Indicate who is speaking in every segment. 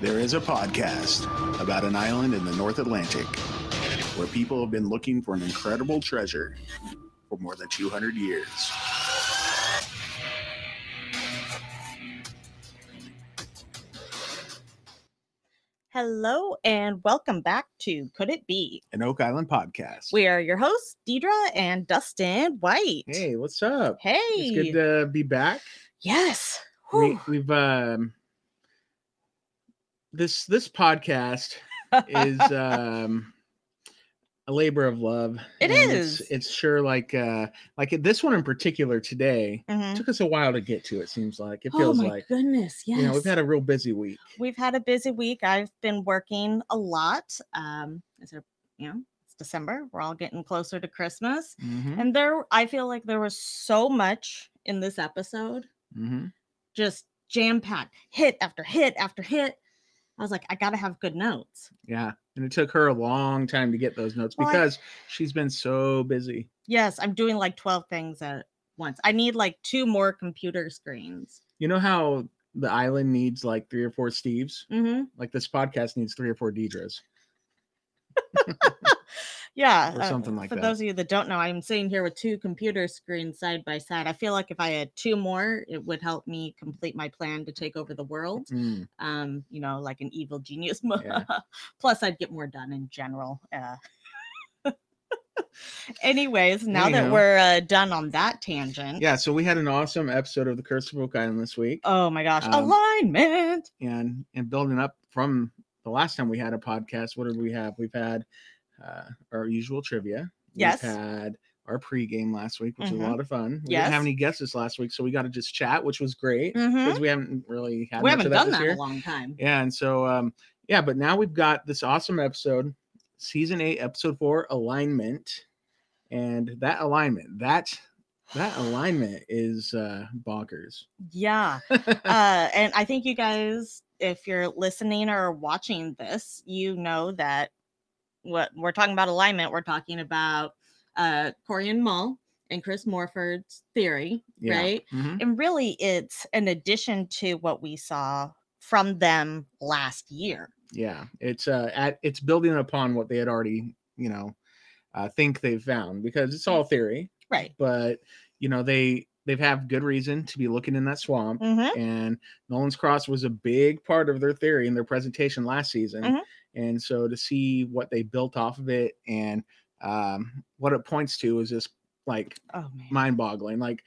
Speaker 1: There is a podcast about an island in the North Atlantic where people have been looking for an incredible treasure for more than 200 years.
Speaker 2: Hello and welcome back to Could It Be?
Speaker 1: An Oak Island podcast.
Speaker 2: We are your hosts, Deidre and Dustin White.
Speaker 1: Hey, what's up?
Speaker 2: Hey.
Speaker 1: It's good to be back.
Speaker 2: yes.
Speaker 1: We,
Speaker 2: Whew.
Speaker 1: we've um this this podcast is um a labor of love.
Speaker 2: It
Speaker 1: and
Speaker 2: is.
Speaker 1: It's, it's sure like uh like this one in particular today.
Speaker 2: Mhm.
Speaker 1: took us a while to get to it seems like it feels
Speaker 2: oh my
Speaker 1: like
Speaker 2: goodness. Yes.
Speaker 1: you know we've had a real busy week
Speaker 2: We've had a busy week. I've been working a lot. Um, it's a, you know, it's December. We're all getting closer to Christmas.
Speaker 1: mm-hmm.
Speaker 2: And there I feel like there was so much in this episode.
Speaker 1: Mm-hmm.
Speaker 2: Just jam-packed, hit after hit after hit. I was like, I gotta have good notes.
Speaker 1: yeah and it took her a long time to get those notes
Speaker 2: Well, I-
Speaker 1: because she's been so busy
Speaker 2: Yes, I'm doing like 12 things at once. I need like two more computer screens.
Speaker 1: you know how the island needs like three or four steves
Speaker 2: hmm
Speaker 1: like this podcast needs three or four deidres
Speaker 2: Yeah. uh,
Speaker 1: Or something like
Speaker 2: for
Speaker 1: that.
Speaker 2: those of you that don't know, I'm sitting here with two computer screens side by side. I feel like if I had two more, it would help me complete my plan to take over the world.
Speaker 1: Mm,
Speaker 2: Um, you know, like an evil genius.
Speaker 1: Yeah.
Speaker 2: Plus, I'd get more done in general. Uh, anyways, now
Speaker 1: you
Speaker 2: that
Speaker 1: know.
Speaker 2: we're uh, done on that tangent.
Speaker 1: yeah so we had an awesome episode of the curse of oak island this week
Speaker 2: Oh my gosh,
Speaker 1: Um,
Speaker 2: alignment.
Speaker 1: and and building up from the last time we had a podcast what did we have we've had uh, our usual trivia
Speaker 2: Yes.
Speaker 1: We've had our pregame last week, which was
Speaker 2: Mhm.
Speaker 1: a lot of fun. We didn't have
Speaker 2: Yes.
Speaker 1: any guests this last week, so we got to just chat, which was great
Speaker 2: Mhm.
Speaker 1: because we haven't really had
Speaker 2: We
Speaker 1: much
Speaker 2: haven't
Speaker 1: of that
Speaker 2: done
Speaker 1: this
Speaker 2: that in
Speaker 1: year.
Speaker 2: a long time.
Speaker 1: Yeah, and so um, yeah, but now we've got this awesome episode, season eight, episode four, alignment, and that alignment that that alignment is uh bonkers.
Speaker 2: Yeah. uh, and I think you guys, if you're listening or watching this, you know that what we're talking about alignment, we're talking about uh, Corian Mull and Chris Morford's theory,
Speaker 1: Yeah.
Speaker 2: right?
Speaker 1: Mhm.
Speaker 2: And really, it's an addition to what we saw from them last year.
Speaker 1: yeah it's uh at, it's building upon what they had already you know uh think they've found because it's
Speaker 2: Mm-hmm.
Speaker 1: all theory
Speaker 2: Right.
Speaker 1: but you know they they've have good reason to be looking in that swamp
Speaker 2: hmm
Speaker 1: and nolan's cross was a big part of their theory in their presentation last season
Speaker 2: Mhm.
Speaker 1: and so to see what they built off of it and um what it points to is just like
Speaker 2: Oh, man.
Speaker 1: mind boggling like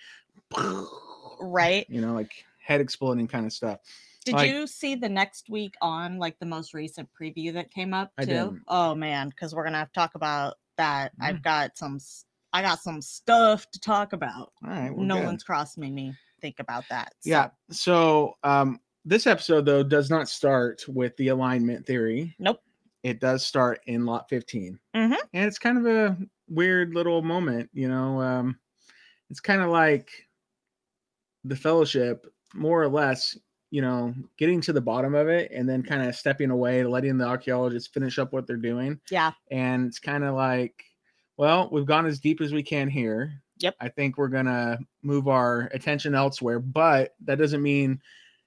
Speaker 2: right.
Speaker 1: you know like head exploding kind of stuff
Speaker 2: Did
Speaker 1: Like-
Speaker 2: you see the next week on like the most recent preview that came up
Speaker 1: I
Speaker 2: too?
Speaker 1: didn't.
Speaker 2: Oh man, because we're gonna have to talk about that.
Speaker 1: Mm.
Speaker 2: I've got some s- I got some stuff to talk about.
Speaker 1: all right well, Oh, good.
Speaker 2: Nolan's Cross made me think about that. so-
Speaker 1: Yeah. So um, this episode though does not start with the alignment theory.
Speaker 2: Nope.
Speaker 1: It does start in lot 15
Speaker 2: Mhm.
Speaker 1: and it's kind of a weird little moment. You know, um, it's kind of like the fellowship, more or less. You know, getting to the bottom of it and then kind of stepping away, letting the archaeologists finish up what they're doing
Speaker 2: Yeah.
Speaker 1: and it's kind of like well we've gone as deep as we can here
Speaker 2: Yep.
Speaker 1: i think we're gonna move our attention elsewhere but that doesn't mean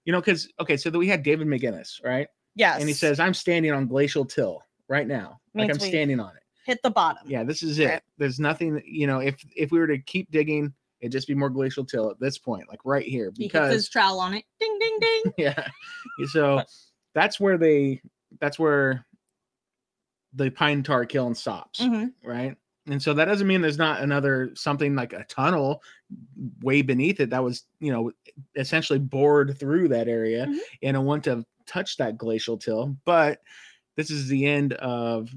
Speaker 1: you know because okay so that we had david mcginnis right
Speaker 2: Yes.
Speaker 1: and he says i'm standing on glacial till right now like i'm
Speaker 2: Means we-
Speaker 1: standing on it
Speaker 2: hit the bottom.
Speaker 1: yeah this is
Speaker 2: Right.
Speaker 1: it there's nothing you know if if we were to keep digging it'd just be more glacial till at this point like right here
Speaker 2: He hits his
Speaker 1: because
Speaker 2: trowel on it. Ding ding ding.
Speaker 1: yeah so that's where they that's where the pine tar kiln stops
Speaker 2: Mhm.
Speaker 1: right? And so that doesn't mean there's not another something like a tunnel way beneath it that was, you know, essentially bored through that area
Speaker 2: Mhm.
Speaker 1: and it wouldn't have touched that glacial till. But this is the end of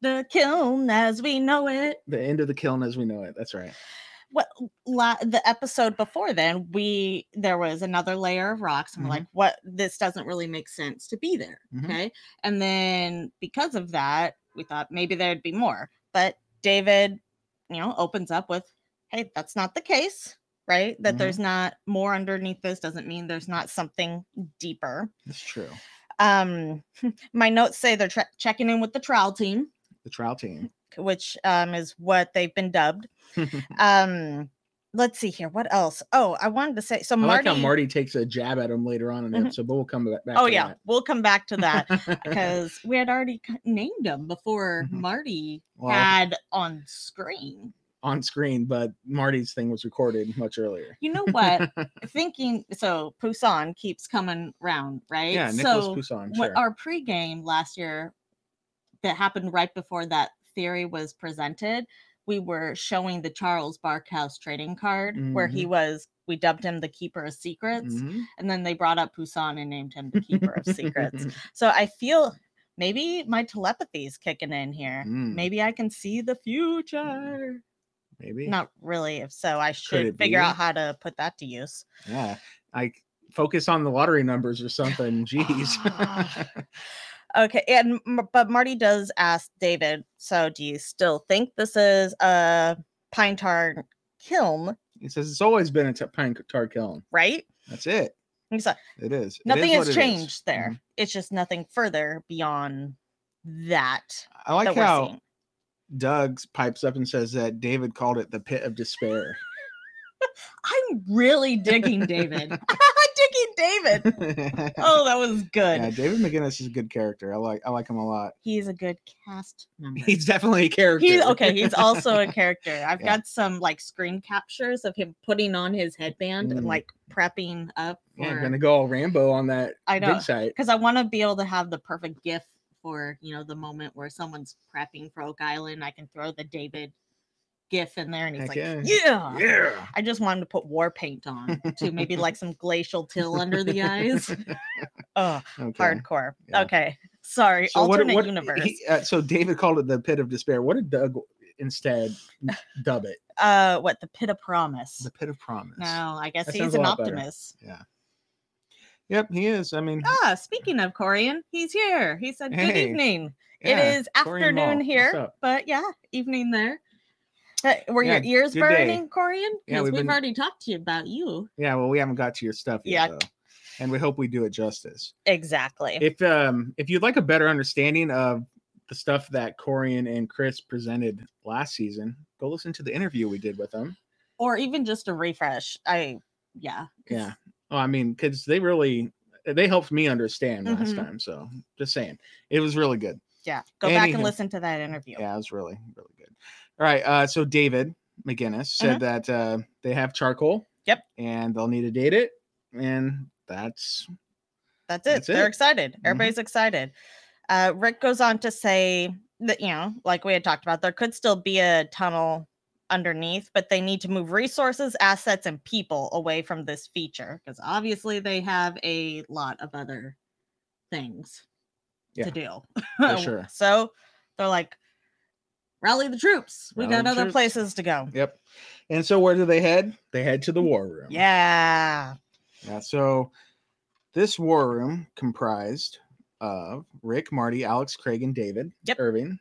Speaker 2: The kiln as we know it.
Speaker 1: the end of the kiln as we know it. That's right.
Speaker 2: what la- the episode before then we there was another layer of rocks and we're
Speaker 1: Mhm.
Speaker 2: like what this doesn't really make sense to be there
Speaker 1: Mhm.
Speaker 2: okay and then because of that we thought maybe there'd be more but david you know opens up with hey that's not the case right that
Speaker 1: Mhm.
Speaker 2: there's not more underneath this doesn't mean there's not something deeper
Speaker 1: That's true.
Speaker 2: um my notes say they're tra- checking in with the trial team
Speaker 1: The trial team.
Speaker 2: which um is what they've been dubbed um let's see here. What else? Oh, I wanted to say so.
Speaker 1: I like
Speaker 2: Marty.
Speaker 1: how Marty takes a jab at him later on in the
Speaker 2: Mhm.
Speaker 1: episode, but we'll come back. back
Speaker 2: oh
Speaker 1: to
Speaker 2: yeah, we'll come back to that
Speaker 1: that.
Speaker 2: because we had already c- named him before
Speaker 1: Mhm.
Speaker 2: Marty
Speaker 1: Well-
Speaker 2: had on screen.
Speaker 1: on screen, but Marty's thing was recorded much earlier.
Speaker 2: You know what? Thinking so, Poussin keeps coming round, right?
Speaker 1: Yeah, Nicholas
Speaker 2: so
Speaker 1: Poussin.
Speaker 2: what
Speaker 1: Sure.
Speaker 2: our pregame last year that happened right before that theory was presented, we were showing the Charles Barkhouse trading card where
Speaker 1: Mm-hmm.
Speaker 2: he was. We dubbed him the Keeper of Secrets,
Speaker 1: Mhm.
Speaker 2: and then they brought up Poussin and named him the Keeper of Secrets. So I feel maybe my telepathy is kicking in here.
Speaker 1: Mm,
Speaker 2: Maybe I can see the future.
Speaker 1: maybe.
Speaker 2: Not really. If so, I should
Speaker 1: it
Speaker 2: figure
Speaker 1: be?
Speaker 2: out how to put that to use.
Speaker 1: Yeah. I focus on the lottery numbers or something. Jeez.
Speaker 2: Ah. Okay, and M- but Marty does ask David. So, do you still think this is a pine tar kiln?
Speaker 1: he says it's always been a t- pine tar kiln.
Speaker 2: Right?
Speaker 1: That's it.
Speaker 2: And he's like,
Speaker 1: It is. It
Speaker 2: nothing
Speaker 1: is what
Speaker 2: has
Speaker 1: it is.
Speaker 2: changed there.
Speaker 1: Mhm.
Speaker 2: It's just nothing further beyond that
Speaker 1: I like
Speaker 2: that we're
Speaker 1: how
Speaker 2: seeing.
Speaker 1: Doug pipes up and says that David called it the pit of despair.
Speaker 2: I'm really digging David. digging David. Oh, that was good.
Speaker 1: Yeah, David McGinnis is a good character. I like I like him a lot.
Speaker 2: He's a good cast member.
Speaker 1: He's definitely a character.
Speaker 2: He's okay. He's also a character. I've
Speaker 1: Yeah.
Speaker 2: got some like screen captures of him putting on his headband and
Speaker 1: Mm.
Speaker 2: like prepping up
Speaker 1: Yeah,
Speaker 2: for
Speaker 1: gonna go all Rambo on that
Speaker 2: I know.
Speaker 1: big site.
Speaker 2: because I want to be able to have the perfect gif for you know the moment where someone's prepping for Oak Island. I can throw the David gif in there, and he's
Speaker 1: Heck
Speaker 2: like,
Speaker 1: yeah.
Speaker 2: yeah.
Speaker 1: Yeah.
Speaker 2: I just want him to put war paint on to maybe like some glacial till under the eyes. Oh,
Speaker 1: Okay.
Speaker 2: hardcore.
Speaker 1: Yeah.
Speaker 2: Okay, sorry.
Speaker 1: So what-
Speaker 2: Alternate
Speaker 1: what-
Speaker 2: universe.
Speaker 1: he- uh, so David called it the pit of despair. What did Doug instead dub it?
Speaker 2: uh, what the pit of promise?
Speaker 1: The pit of promise.
Speaker 2: No, I guess
Speaker 1: That sounds
Speaker 2: he's
Speaker 1: a
Speaker 2: an
Speaker 1: lot better.
Speaker 2: optimist.
Speaker 1: Yep, he is. I mean,
Speaker 2: Ah, speaking of Corian, he's here. He said, Good
Speaker 1: Hey,
Speaker 2: evening.
Speaker 1: yeah,
Speaker 2: it is
Speaker 1: Corian Mall,
Speaker 2: afternoon
Speaker 1: what's
Speaker 2: here,
Speaker 1: up?
Speaker 2: but yeah, evening there. Uh, were
Speaker 1: Yeah,
Speaker 2: your ears
Speaker 1: good day.
Speaker 2: burning, Corian?
Speaker 1: Yeah,
Speaker 2: Because
Speaker 1: we've
Speaker 2: we've
Speaker 1: been-
Speaker 2: already talked to you about you.
Speaker 1: yeah. Well, we haven't got to your stuff yet,
Speaker 2: Yeah.
Speaker 1: though, and we hope we do it justice.
Speaker 2: Exactly.
Speaker 1: If um, if you'd like a better understanding of the stuff that Corian and Chris presented last season, go listen to the interview we did with them.
Speaker 2: or even just a refresh. I, yeah. 'cause
Speaker 1: Yeah. Oh, I mean, because they really they helped me understand last
Speaker 2: Mhm.
Speaker 1: time. So just saying, it was really good.
Speaker 2: Yeah. Go back
Speaker 1: Anywho.
Speaker 2: and listen to that interview.
Speaker 1: Yeah, it was really, really good. All right. Uh, so David McGinnis said that uh, they have charcoal.
Speaker 2: Mm-hmm. Yep.
Speaker 1: And they'll need to date it. And that's
Speaker 2: That's it.
Speaker 1: That's
Speaker 2: They're
Speaker 1: it. Mm-hmm.
Speaker 2: excited. Everybody's excited. Uh, Rick goes on to say that, you know, like we had talked about, there could still be a tunnel underneath, but they need to move resources, assets, and people away from this feature because obviously they have a lot of other things
Speaker 1: Yeah,
Speaker 2: to do.
Speaker 1: for sure.
Speaker 2: So they're like, rally the troops. We
Speaker 1: Rally
Speaker 2: got
Speaker 1: the
Speaker 2: other
Speaker 1: troops.
Speaker 2: places to go.
Speaker 1: Yep. And so where do they head? They head to the war room.
Speaker 2: Yeah.
Speaker 1: Yeah. So this war room comprised of Rick, Marty, Alex, Craig, and David
Speaker 2: Yep.
Speaker 1: Irving.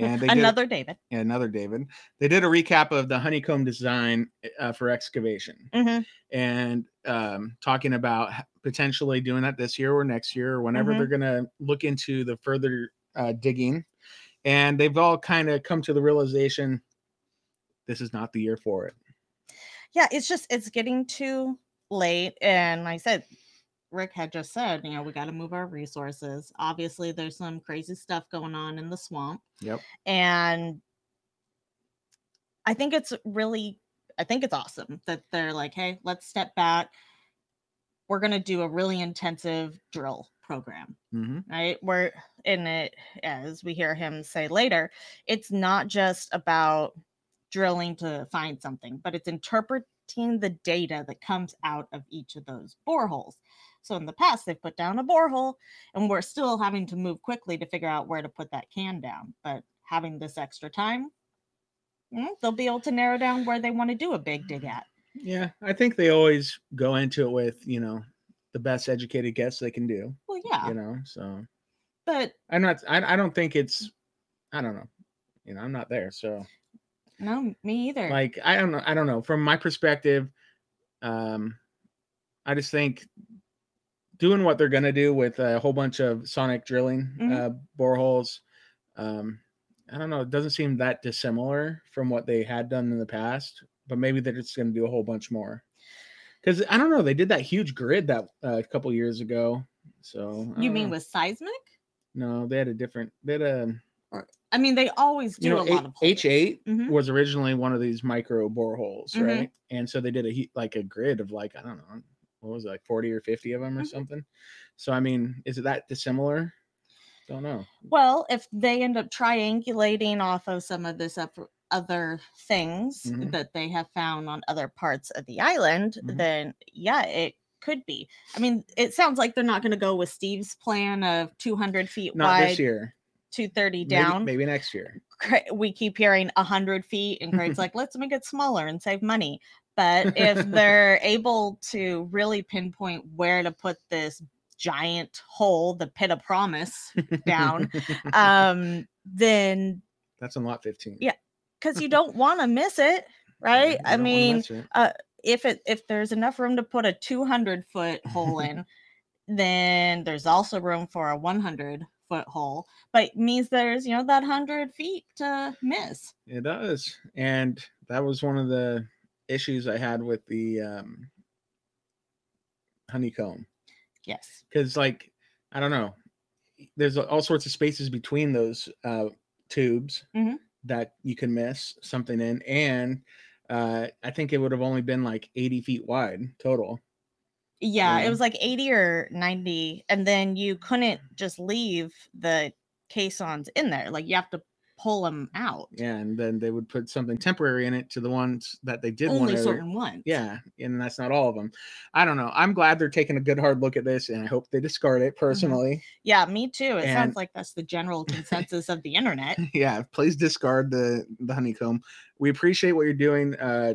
Speaker 1: And they did-
Speaker 2: Another David.
Speaker 1: yeah, another David. They did a recap of the honeycomb design uh, for excavation.
Speaker 2: Mhm.
Speaker 1: and um, talking about h- potentially doing that this year or next year or whenever
Speaker 2: Mhm.
Speaker 1: they're going to look into the further uh, digging. And they've all kind of come to the realization this is not the year for it.
Speaker 2: yeah it's just it's getting too late and like i said rick had just said you know we got to move our resources obviously there's some crazy stuff going on in the swamp
Speaker 1: Yep.
Speaker 2: and i think it's really i think it's awesome that they're like hey let's step back we're going to do a really intensive drill program
Speaker 1: hmm
Speaker 2: right? Where in it, as we hear him say later, it's not just about drilling to find something, but it's interpreting the data that comes out of each of those boreholes. So in the past, they've put down a borehole, and we're still having to move quickly to figure out where to put that can down. But having this extra time, mm, they'll be able to narrow down where they want to do a big dig at.
Speaker 1: Yeah. I think they always go into it with, you know, the best educated guess they can do,
Speaker 2: Well, yeah,
Speaker 1: you know? So
Speaker 2: but
Speaker 1: I'm not, I, I don't think it's, I don't know. You know, I'm not there. So.
Speaker 2: no, me either.
Speaker 1: like i don't know i don't know from my perspective um i just think doing what they're going to do with a whole bunch of sonic drilling
Speaker 2: Mhm.
Speaker 1: uh boreholes um i don't know it doesn't seem that dissimilar from what they had done in the past but maybe they're just going to do a whole bunch more. Because I don't know, they did that huge grid that uh, a couple years ago. So I
Speaker 2: You
Speaker 1: don't
Speaker 2: mean
Speaker 1: know.
Speaker 2: with seismic?
Speaker 1: no, they had a different. They had a
Speaker 2: I mean, they always do
Speaker 1: you know
Speaker 2: a lot of
Speaker 1: H eight
Speaker 2: Mhm.
Speaker 1: was originally one of these micro boreholes,
Speaker 2: Mhm.
Speaker 1: right? And so they did a he- like a grid of like I don't know what was it, like forty or fifty of them or
Speaker 2: Mhm.
Speaker 1: something. So I mean, is it that dissimilar? Don't know.
Speaker 2: Well, if they end up triangulating off of some of this up, other things
Speaker 1: Mhm.
Speaker 2: that they have found on other parts of the island,
Speaker 1: Mhm.
Speaker 2: then yeah, it could be. I mean, it sounds like they're not going to go with Steve's plan of 200 feet
Speaker 1: Not this
Speaker 2: wide,
Speaker 1: year.
Speaker 2: 230
Speaker 1: Maybe-
Speaker 2: down.
Speaker 1: Maybe, next year.
Speaker 2: Cra- We keep hearing 100 feet, and Craig's like, let's make it smaller and save money. But if they're able to really pinpoint where to put this giant hole, the pit of promise down, um, then
Speaker 1: That's on lot fifteen.
Speaker 2: Yeah, because you don't want to miss it, right?
Speaker 1: You
Speaker 2: I
Speaker 1: don't wanna
Speaker 2: mean,
Speaker 1: miss it.
Speaker 2: if it if there's enough room to put a 200 foot hole in, then there's also room for a 100 foot hole, but it means there's you know that 100 feet to miss.
Speaker 1: It does. And that was one of the issues I had with the um, honeycomb.
Speaker 2: Yes.
Speaker 1: Because, like, I don't know, there's all sorts of spaces between those uh, tubes
Speaker 2: Mhm.
Speaker 1: that you can miss something in. And uh, I think it would have only been like 80 feet wide total.
Speaker 2: Yeah,
Speaker 1: Yeah.
Speaker 2: it was like 80 or 90 and then you couldn't just leave the caissons in there. Like you have to pull them out.
Speaker 1: Yeah. And then they would put something temporary in it to the ones that they did want
Speaker 2: Only
Speaker 1: to
Speaker 2: certain ones.
Speaker 1: Yeah, and that's not all of them. I don't know. I'm glad they're taking a good hard look at this, and I hope they discard
Speaker 2: Mm-hmm.
Speaker 1: it personally.
Speaker 2: Yeah, me too. It
Speaker 1: And-
Speaker 2: sounds like that's the general consensus of the internet.
Speaker 1: yeah, please discard the the honeycomb. We appreciate what you're doing, uh,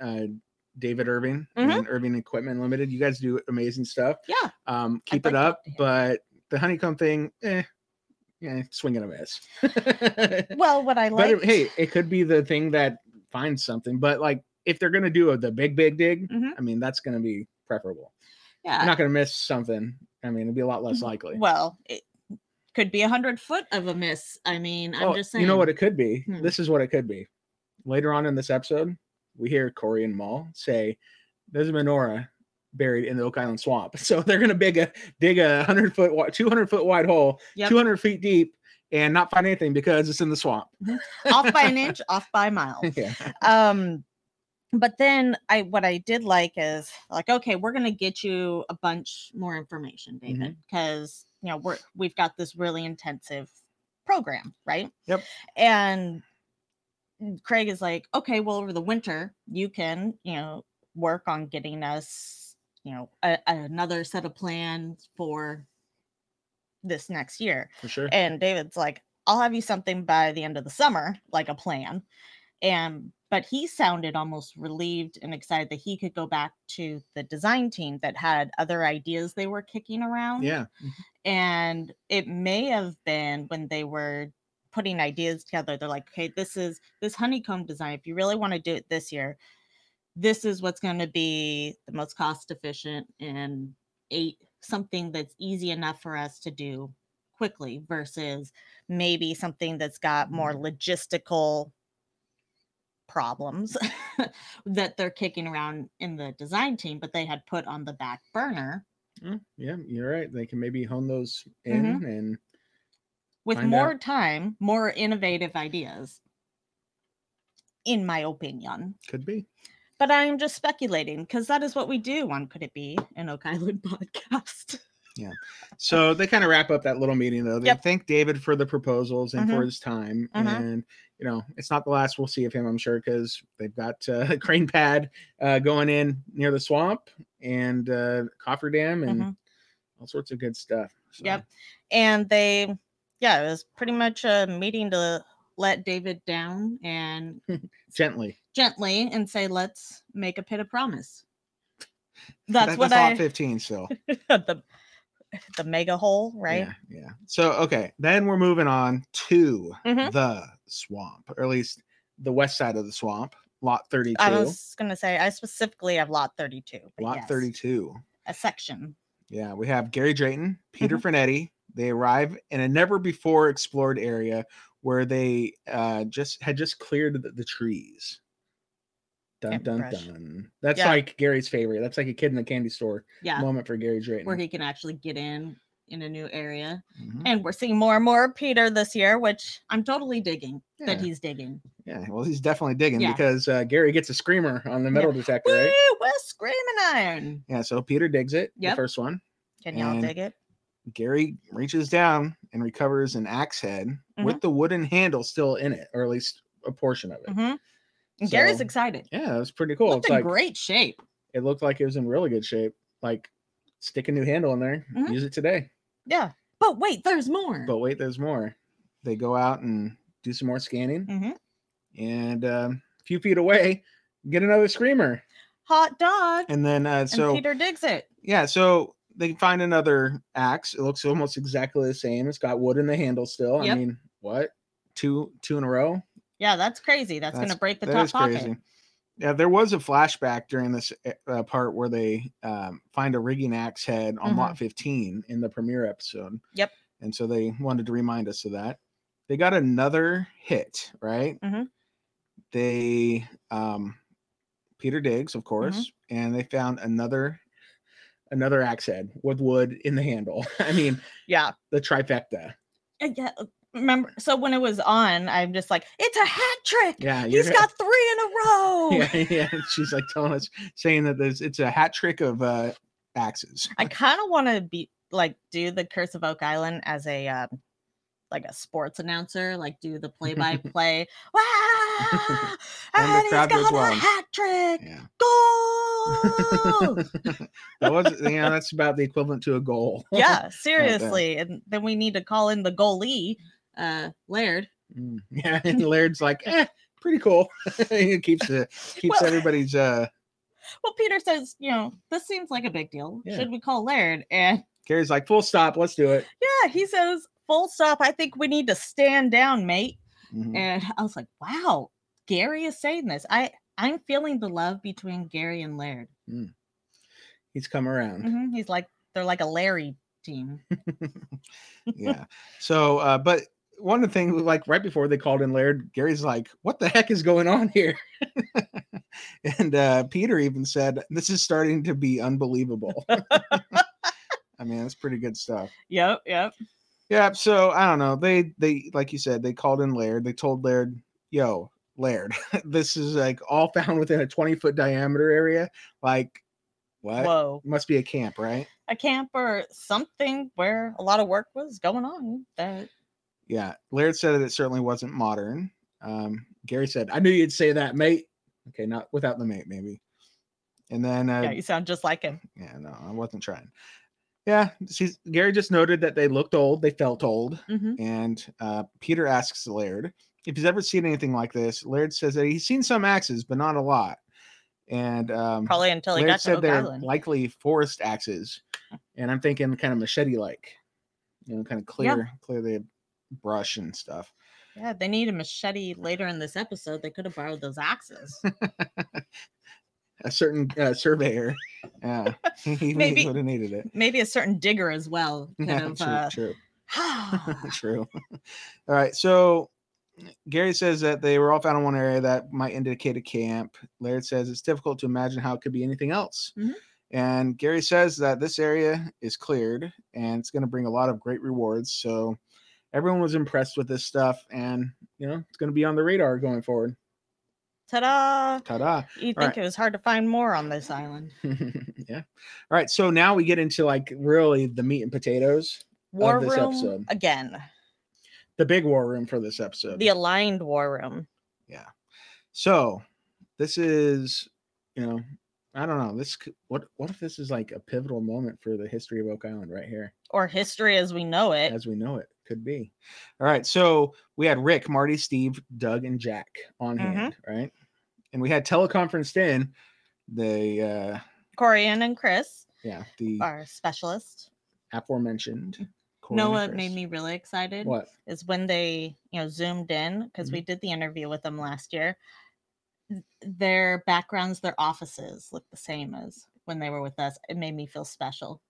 Speaker 1: uh, David Irving
Speaker 2: Mhm.
Speaker 1: and Irving Equipment Limited. You guys do amazing stuff.
Speaker 2: Yeah.
Speaker 1: Um, keep
Speaker 2: like
Speaker 1: it
Speaker 2: to
Speaker 1: up,
Speaker 2: hear.
Speaker 1: but the honeycomb thing, eh, yeah, swing and a miss.
Speaker 2: Well, what I
Speaker 1: but
Speaker 2: like.
Speaker 1: it- hey, it could be the thing that finds something. But like, if they're gonna do a, the big big dig,
Speaker 2: Mhm.
Speaker 1: I mean, that's gonna be preferable.
Speaker 2: yeah.
Speaker 1: you're not going to miss something. I mean, it'd be a lot less
Speaker 2: Mhm.
Speaker 1: likely.
Speaker 2: Well, it could be a hundred foot of a miss. I mean, I'm
Speaker 1: Oh,
Speaker 2: just saying.
Speaker 1: You know what it could be?
Speaker 2: Hmm.
Speaker 1: This is what it could be. Later on in this episode, we hear Corey and Maul say, "There's a menorah buried in the Oak Island swamp." So they're going to dig a dig a hundred foot, wi- two hundred foot wide hole,
Speaker 2: Yep.
Speaker 1: two hundred feet deep, and not find anything because it's in the swamp.
Speaker 2: off by an inch, off by a mile.
Speaker 1: yeah.
Speaker 2: Um, but then I what I did like is like, okay, we're gonna get you a bunch more information, David, because you know we're we've got this really intensive program, right?
Speaker 1: Yep.
Speaker 2: And Craig is like, okay, well, over the winter, you can, you know, work on getting us, you know, a, another set of plans for this next year.
Speaker 1: For sure.
Speaker 2: And David's like, I'll have you something by the end of the summer, like a plan. And but he sounded almost relieved and excited that he could go back to the design team that had other ideas they were kicking around.
Speaker 1: yeah.
Speaker 2: And it may have been when they were putting ideas together, they're like, okay, this is this honeycomb design. If you really want to do it this year, this is what's going to be the most cost efficient and eight something that's easy enough for us to do quickly versus maybe something that's got more logistical problems that they're kicking around in the design team but they had put on the back burner
Speaker 1: Mm, Yeah, you're right. They can maybe hone those in
Speaker 2: Mm-hmm.
Speaker 1: and
Speaker 2: with
Speaker 1: Find out.
Speaker 2: more time more innovative ideas in my opinion
Speaker 1: could be.
Speaker 2: but i'm just speculating because that is what we do on could it be an oak island podcast
Speaker 1: So they kind of wrap up that little meeting though. They
Speaker 2: Yep. Mm-hmm.
Speaker 1: thank David for the proposals and for his time.
Speaker 2: Mhm.
Speaker 1: And you know, it's not the last we'll see of him, I'm sure, because they've got uh, Crane Pad uh, going in near the swamp and uh, Cofferdam and
Speaker 2: Mhm.
Speaker 1: all sorts of good stuff. So,
Speaker 2: Yep. and they yeah it was pretty much a meeting to let david down and
Speaker 1: Hmm. Gently.
Speaker 2: gently and say let's make a pit of promise
Speaker 1: That-
Speaker 2: that's what
Speaker 1: lot
Speaker 2: i
Speaker 1: 15 still.
Speaker 2: the, the mega hole right
Speaker 1: Yeah, yeah. So okay, then we're moving on to
Speaker 2: Mhm.
Speaker 1: the swamp, or at least the west side of the swamp, lot 32.
Speaker 2: i was gonna say i specifically have lot 32 but
Speaker 1: lot
Speaker 2: yes,
Speaker 1: 32.
Speaker 2: a section
Speaker 1: Yeah, we have Gary Drayton, Peter
Speaker 2: Mm-hmm.
Speaker 1: Frenetti. They arrive in a never before explored area where they uh, just had just cleared the, the trees. Dun
Speaker 2: Can't
Speaker 1: dun
Speaker 2: brush.
Speaker 1: dun. That's
Speaker 2: Yeah.
Speaker 1: like Gary's favorite. That's like a kid in the candy store
Speaker 2: Yeah,
Speaker 1: moment for Gary Drayton.
Speaker 2: where he can actually get in in a new area.
Speaker 1: Mhm.
Speaker 2: And we're seeing more and more of Peter this year, which I'm totally digging that
Speaker 1: Yeah.
Speaker 2: he's digging.
Speaker 1: Yeah, well, he's definitely digging
Speaker 2: Yeah.
Speaker 1: because uh, Gary gets a screamer on the
Speaker 2: Yeah.
Speaker 1: metal detector,
Speaker 2: Woo,
Speaker 1: right?
Speaker 2: we're screaming Mm-hmm. iron.
Speaker 1: Yeah, so Peter digs it,
Speaker 2: Yep.
Speaker 1: the first one.
Speaker 2: Can y'all
Speaker 1: And-
Speaker 2: dig it?
Speaker 1: Gary reaches down and recovers an axe head
Speaker 2: Mhm.
Speaker 1: with the wooden handle still in it, or at least a portion of it.
Speaker 2: Mhm. And Gary's
Speaker 1: So,
Speaker 2: excited.
Speaker 1: Yeah, it was pretty cool.
Speaker 2: Looked
Speaker 1: It's
Speaker 2: in
Speaker 1: like
Speaker 2: great shape.
Speaker 1: it looked like it was in really good shape. Like stick a new handle in there,
Speaker 2: Mhm.
Speaker 1: use it today.
Speaker 2: Yeah. But wait, there's more.
Speaker 1: But wait, there's more. They go out and do some more scanning,
Speaker 2: Mhm.
Speaker 1: and um, a few feet away, get another screamer,
Speaker 2: Hot dog.
Speaker 1: and then uh,
Speaker 2: And
Speaker 1: so
Speaker 2: Peter digs it.
Speaker 1: yeah, so they find another axe. It looks almost exactly the same. It's got wood in the handle still.
Speaker 2: Yep.
Speaker 1: I mean, what two two in a row?
Speaker 2: Yeah, that's crazy. That's, gonna
Speaker 1: That's-
Speaker 2: break the
Speaker 1: That
Speaker 2: top
Speaker 1: is
Speaker 2: pocket.
Speaker 1: Yeah, there was a flashback during this uh, uh, part where they um, find a rigging axe head on
Speaker 2: Mhm.
Speaker 1: lot 15 in the premiere episode.
Speaker 2: Yep.
Speaker 1: And so they wanted to remind us of that. They got another hit, right?
Speaker 2: Mhm.
Speaker 1: They, um, Peter Diggs,
Speaker 2: Mm-hmm.
Speaker 1: of course, and they found another another axe head with wood in the handle. I mean,
Speaker 2: Yeah.
Speaker 1: the trifecta.
Speaker 2: Uh, Yeah. uh, Remember, so when it was on, I'm just like, it's a hat trick.
Speaker 1: Yeah,
Speaker 2: He's
Speaker 1: you're-
Speaker 2: got three in a row.
Speaker 1: yeah, yeah. She's like telling us, saying that there's it's a hat trick of uh axes.
Speaker 2: I kind of want to be like do the Curse of Oak Island as a um, like a sports announcer, like do the play by play. Wow! and he's
Speaker 1: crowd goes
Speaker 2: got a
Speaker 1: wild.
Speaker 2: hat trick.
Speaker 1: Yeah,
Speaker 2: Goal!
Speaker 1: that was you know that's about the equivalent to a goal.
Speaker 2: yeah, seriously. And then we need to call in the goalie, uh, Laird.
Speaker 1: Mm, yeah, and Laird's like, eh, pretty cool. he keeps the keeps
Speaker 2: Well-
Speaker 1: everybody's uh.
Speaker 2: Well, Peter says, you know, this seems like a big deal.
Speaker 1: Yeah.
Speaker 2: Should we call Laird? And
Speaker 1: Gary's like, full stop, let's do it.
Speaker 2: yeah, he says, full stop. I think we need to stand down, mate.
Speaker 1: Mhm.
Speaker 2: and I was like, "Wow, Gary is saying this." I I'm feeling the love between Gary and Laird.
Speaker 1: He's come around.
Speaker 2: Mhm, He's like they're like a Larry team.
Speaker 1: yeah. So, uh, but one of the things, like right before they called in Laird, Gary's like, "What the heck is going on here?" and uh, Peter even said, "This is starting to be unbelievable." I mean, that's pretty good stuff.
Speaker 2: Yep, yep.
Speaker 1: Yeah. So I don't know. They they like you said, they called in Laird. They told Laird, "Yo, Laird, this is like all found within a twenty foot diameter area. Like, what?
Speaker 2: Whoa,
Speaker 1: Must be a camp, right?"
Speaker 2: a camp or something where a lot of work was going on. That
Speaker 1: Yeah, Laird said that it certainly wasn't modern. Um, Gary said, "I knew you'd say that, mate." Okay, not without the mate, maybe. And then, uh,
Speaker 2: yeah,
Speaker 1: yeah,
Speaker 2: you sound just like him.
Speaker 1: no, I wasn't trying. Yeah, she's, Gary just noted that they looked old, they felt old,
Speaker 2: Mhm.
Speaker 1: and uh, Peter asks Laird if he's ever seen anything like this. Laird says that he's seen some axes, but not a lot. And um,
Speaker 2: Probably until he
Speaker 1: Laird
Speaker 2: got to
Speaker 1: said
Speaker 2: Oak
Speaker 1: they're
Speaker 2: Island.
Speaker 1: likely forest axes, and I'm thinking kind of machete-like, you know, kind of clear, clear the brush and stuff.
Speaker 2: yeah, they need a machete later in this episode. They could have borrowed those axes.
Speaker 1: a certain uh, surveyor. Yeah, he
Speaker 2: Maybe.
Speaker 1: would have needed it.
Speaker 2: Maybe a certain digger as well. Could
Speaker 1: Yeah,
Speaker 2: have. Uh, "Ah,
Speaker 1: true, true, true. All right, so Gary says that they were all found in one area that might indicate a camp. Laird says it's difficult to imagine how it could be anything else.
Speaker 2: Mhm.
Speaker 1: And Gary says that this area is cleared and it's going to bring a lot of great rewards. So everyone was impressed with this stuff, and you know it's going to be on the radar going forward.
Speaker 2: Ta-da!
Speaker 1: Ta-da!
Speaker 2: You'd think
Speaker 1: Alright.
Speaker 2: it was hard to find more on this island.
Speaker 1: yeah. All right. So now we get into like really the meat and potatoes,
Speaker 2: War
Speaker 1: this
Speaker 2: room
Speaker 1: episode.
Speaker 2: again.
Speaker 1: the big war room for this episode.
Speaker 2: The aligned war room.
Speaker 1: so this is, you know, I don't know. This could, what what if this is like a pivotal moment for the history of Oak Island right here,
Speaker 2: Or history as we know it.
Speaker 1: as we know it could be. All right. So we had Rick, Marty, Steve, Doug, and Jack on
Speaker 2: Mhm.
Speaker 1: hand, right? And we had teleconferenced in the uh
Speaker 2: Corian and Chris,
Speaker 1: yeah the
Speaker 2: our specialist.
Speaker 1: aforementioned. Corey
Speaker 2: know what
Speaker 1: Nicholas.
Speaker 2: made me really excited
Speaker 1: What? Mm-hmm.
Speaker 2: is when they, you know, zoomed in because we did the interview with them last year. th- Their backgrounds, their offices look the same as when they were with us. It made me feel special.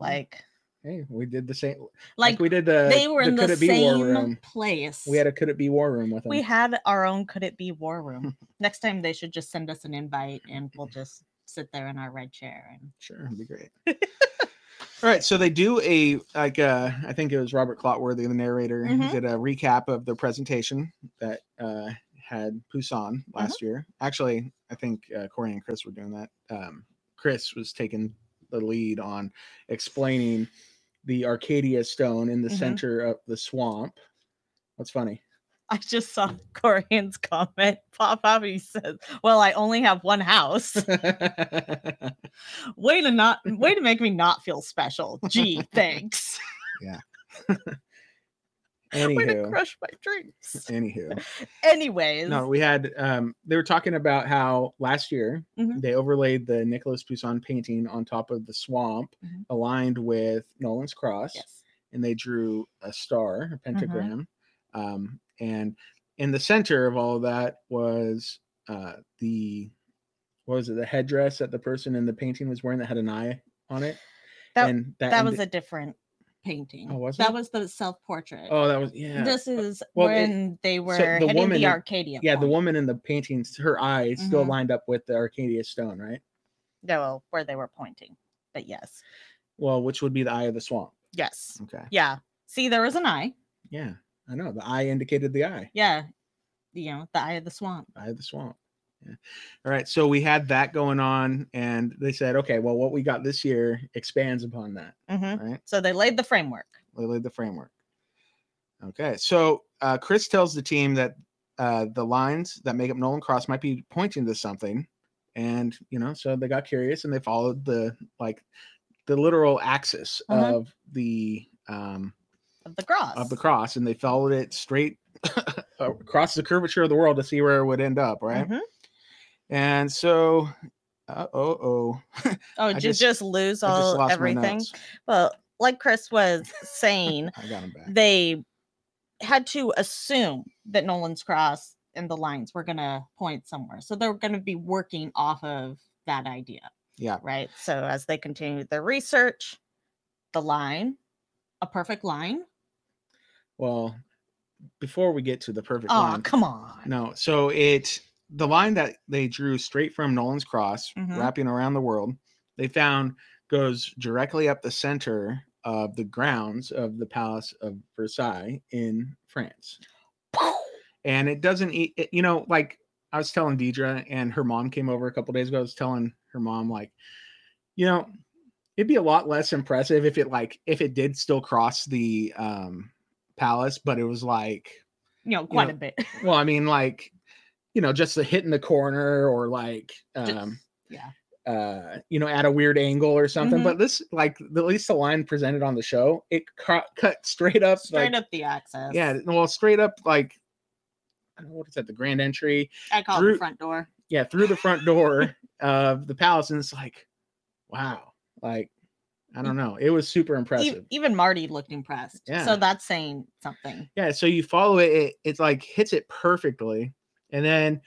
Speaker 2: Like
Speaker 1: Hey, we did the same. Mm-hmm. Like,
Speaker 2: Like,
Speaker 1: we did the.
Speaker 2: they were in
Speaker 1: Could
Speaker 2: the
Speaker 1: It Be War
Speaker 2: same
Speaker 1: room.
Speaker 2: place.
Speaker 1: We had a could it be war room with them.
Speaker 2: we had our own could it be war room. Next time they should just send us an invite and we'll just sit there in our red chair and
Speaker 1: Sure, it'd be great. All right, so they do a like uh I think it was Robert Clotworthy, the narrator, who
Speaker 2: Mhm.
Speaker 1: did a recap of the presentation that uh had Poussin last year. Actually, I think uh, Corey and Chris were doing that. Um Chris was taking the lead on explaining the Arcadia stone in the
Speaker 2: Mhm.
Speaker 1: center of the swamp. What's funny?
Speaker 2: I just saw Corian's comment pop up. He says, Well, I only have one house.
Speaker 1: yeah,
Speaker 2: Way to not way to make me not feel special. Gee, thanks. Way to
Speaker 1: Anywho,
Speaker 2: crush my dreams.
Speaker 1: anywho.
Speaker 2: Anyways.
Speaker 1: No, we had um they were talking about how last year
Speaker 2: Mhm.
Speaker 1: they overlaid the Nicholas Poussin painting on top of the swamp
Speaker 2: Mhm.
Speaker 1: aligned with Nolan's cross
Speaker 2: Yes. Mm-hmm.
Speaker 1: and they drew a star, a pentagram. Um and in the center of all of that was uh the what was it, the headdress that the person in the painting was wearing that had an eye on it.
Speaker 2: That-
Speaker 1: and
Speaker 2: That was a different painting.
Speaker 1: Oh, was
Speaker 2: that
Speaker 1: it?
Speaker 2: was the self-portrait.
Speaker 1: Oh, that was yeah.
Speaker 2: This is
Speaker 1: Well, it-
Speaker 2: when they were
Speaker 1: the
Speaker 2: hitting
Speaker 1: woman
Speaker 2: the
Speaker 1: in-
Speaker 2: Arcadia.
Speaker 1: yeah, the
Speaker 2: one
Speaker 1: woman in the paintings, her eye is still
Speaker 2: Mhm.
Speaker 1: lined up with the Arcadia stone, right?
Speaker 2: no, well, where they were pointing. But yes.
Speaker 1: Well, which would be the eye of the swamp.
Speaker 2: Yes.
Speaker 1: Okay.
Speaker 2: Yeah. See, there was an eye.
Speaker 1: Yeah, I know. The eye indicated the eye.
Speaker 2: Yeah. You know, the eye of the swamp.
Speaker 1: Eye of the swamp. Yeah. All right. So we had that going on, and they said, okay, well, what we got this year expands upon that.
Speaker 2: Mhm.
Speaker 1: Right.
Speaker 2: So they laid the framework.
Speaker 1: They laid the framework. Okay. So uh, Chris tells the team that uh, the lines that make up Nolan Cross might be pointing to something, and you know, so they got curious and they followed the like the literal axis
Speaker 2: Uh-huh.
Speaker 1: of the um
Speaker 2: Of the cross.
Speaker 1: of the cross and they followed it straight across the curvature of the world to see where it would end up, right?
Speaker 2: Mhm.
Speaker 1: And so, uh oh, oh,
Speaker 2: Oh,
Speaker 1: I
Speaker 2: just,
Speaker 1: just-
Speaker 2: just lose
Speaker 1: I just
Speaker 2: all
Speaker 1: lost my
Speaker 2: everything.
Speaker 1: notes.
Speaker 2: Well, like Chris was saying,
Speaker 1: I got them back.
Speaker 2: they had to assume that Nolan's cross and the lines were going to point somewhere. So they were going to be working off of that idea.
Speaker 1: Yeah.
Speaker 2: Right. So as they continued their research, the line, a perfect line.
Speaker 1: Well, before we get to the perfect
Speaker 2: Oh,
Speaker 1: line,
Speaker 2: come on.
Speaker 1: no, so it the line that they drew straight from Nolan's cross,
Speaker 2: Mhm.
Speaker 1: wrapping around the world, they found goes directly up the center of the grounds of the Palace of Versailles in France. and it doesn't eat it, you know like i was telling deidre and her mom came over a couple days ago i was telling her mom like you know it'd be a lot less impressive if it like if it did still cross the um palace but it was like
Speaker 2: You know, quite
Speaker 1: know,
Speaker 2: a bit.
Speaker 1: well i mean like you know just the hit in the corner or like
Speaker 2: Just-
Speaker 1: um
Speaker 2: yeah.
Speaker 1: uh you know at a weird angle or something
Speaker 2: Mhm.
Speaker 1: but this like at least the line presented on the show it cut, cut straight up
Speaker 2: Straight
Speaker 1: like,
Speaker 2: up the access.
Speaker 1: yeah well straight up like I don't know, what is that the grand entry
Speaker 2: I call it
Speaker 1: Drew-
Speaker 2: the front door. E
Speaker 1: yeah, through the front door of the palace, and it's like, wow, like I don't know, it was super
Speaker 2: E-
Speaker 1: impressive.
Speaker 2: even Marty looked impressed.
Speaker 1: Yeah.
Speaker 2: So that's saying something.
Speaker 1: Yeah, so you follow it, it, it like hits it perfectly, and then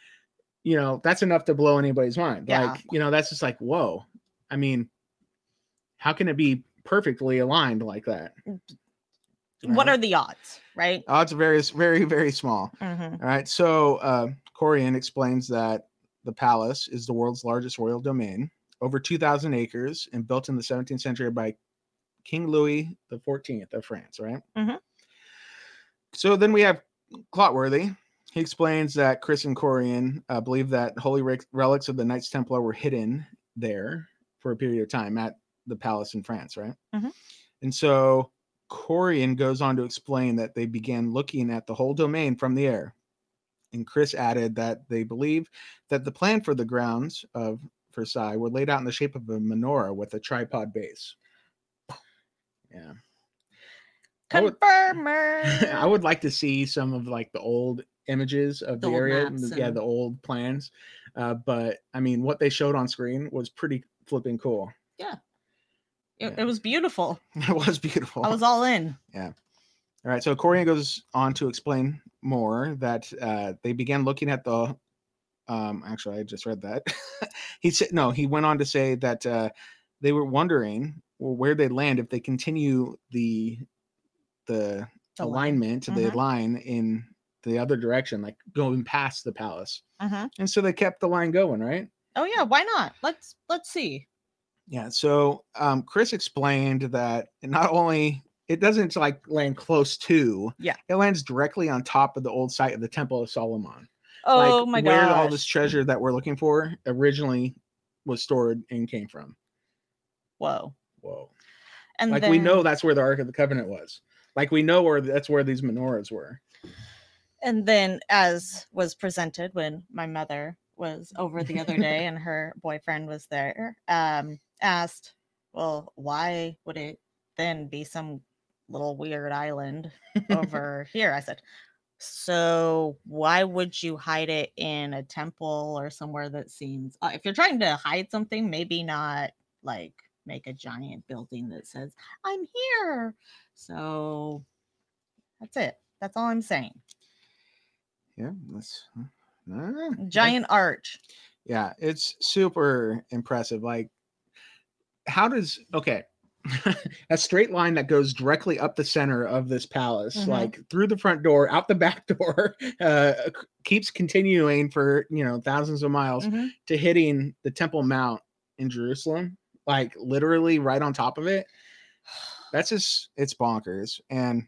Speaker 1: you know that's enough to blow anybody's mind.
Speaker 2: Yeah.
Speaker 1: Like you know that's just like whoa. I mean, how can it be perfectly aligned like that?
Speaker 2: What
Speaker 1: Right.
Speaker 2: are the odds, right?
Speaker 1: Odds are very, very, very small.
Speaker 2: Mhm.
Speaker 1: All right. So uh, Corian explains that the palace is the world's largest royal domain, over 2,000 acres, and built in the 17th century by King Louis the 14th of France. Right.
Speaker 2: Mhm.
Speaker 1: So then we have Clotworthy. He explains that Chris and Corian uh, believe that holy rec- relics of the Knights Templar were hidden there for a period of time at the palace in France. Right.
Speaker 2: Mhm.
Speaker 1: And so Corian goes on to explain that they began looking at the whole domain from the air. And Chris added that they believe that the plan for the grounds of Versailles were laid out in the shape of a menorah with a tripod base. Yeah. I would-
Speaker 2: Confirmer.
Speaker 1: I would like to see some of like the old images of
Speaker 2: Ah. The
Speaker 1: the,
Speaker 2: old
Speaker 1: area.
Speaker 2: maps
Speaker 1: and- Yeah,
Speaker 2: and-
Speaker 1: the old plans. Uh, but I mean, what they showed on screen was pretty flipping cool.
Speaker 2: It,
Speaker 1: Yeah.
Speaker 2: it was beautiful.
Speaker 1: It was beautiful.
Speaker 2: I was all in.
Speaker 1: All right. So Corian goes on to explain more that uh, they began looking at the. Um, actually, I just read that. he said no. He went on to say that uh, they were wondering well, where they land if they continue the the
Speaker 2: The line.
Speaker 1: alignment to
Speaker 2: Mhm.
Speaker 1: the line in the other direction, like going past the palace.
Speaker 2: Mhm.
Speaker 1: And so they kept the line going, right?
Speaker 2: Oh yeah, why not? Let's let's see.
Speaker 1: Yeah. So um, Chris explained that not only it doesn't like land close to,
Speaker 2: Yeah.
Speaker 1: it lands directly on top of the old site of the Temple of Solomon.
Speaker 2: Oh my
Speaker 1: where
Speaker 2: god.
Speaker 1: all this treasure that we're looking for originally was stored and came from.
Speaker 2: Whoa.
Speaker 1: Whoa.
Speaker 2: And
Speaker 1: Like we know
Speaker 2: then-
Speaker 1: that's where the Ark of the Covenant was. Like we know where that's where these menorahs were.
Speaker 2: And then, as was presented when my mother was over the other day and her boyfriend was there, um, asked, Well, why would it then be some little weird island over here? I said, So, why would you hide it in a temple or somewhere that seems, uh, if you're trying to hide something, maybe not like make a giant building that says, I'm here. So, that's it. That's all I'm saying.
Speaker 1: Yeah, that's uh, nah, that-
Speaker 2: giant arch.
Speaker 1: Yeah, it's super impressive. Like, how does okay a straight line that goes directly up the center of this palace,
Speaker 2: Mhm.
Speaker 1: like through the front door, out the back door, uh, c- keeps continuing for you know thousands of miles
Speaker 2: Mhm.
Speaker 1: to hitting the Temple Mount in Jerusalem, like literally right on top of it. That's just it's bonkers. And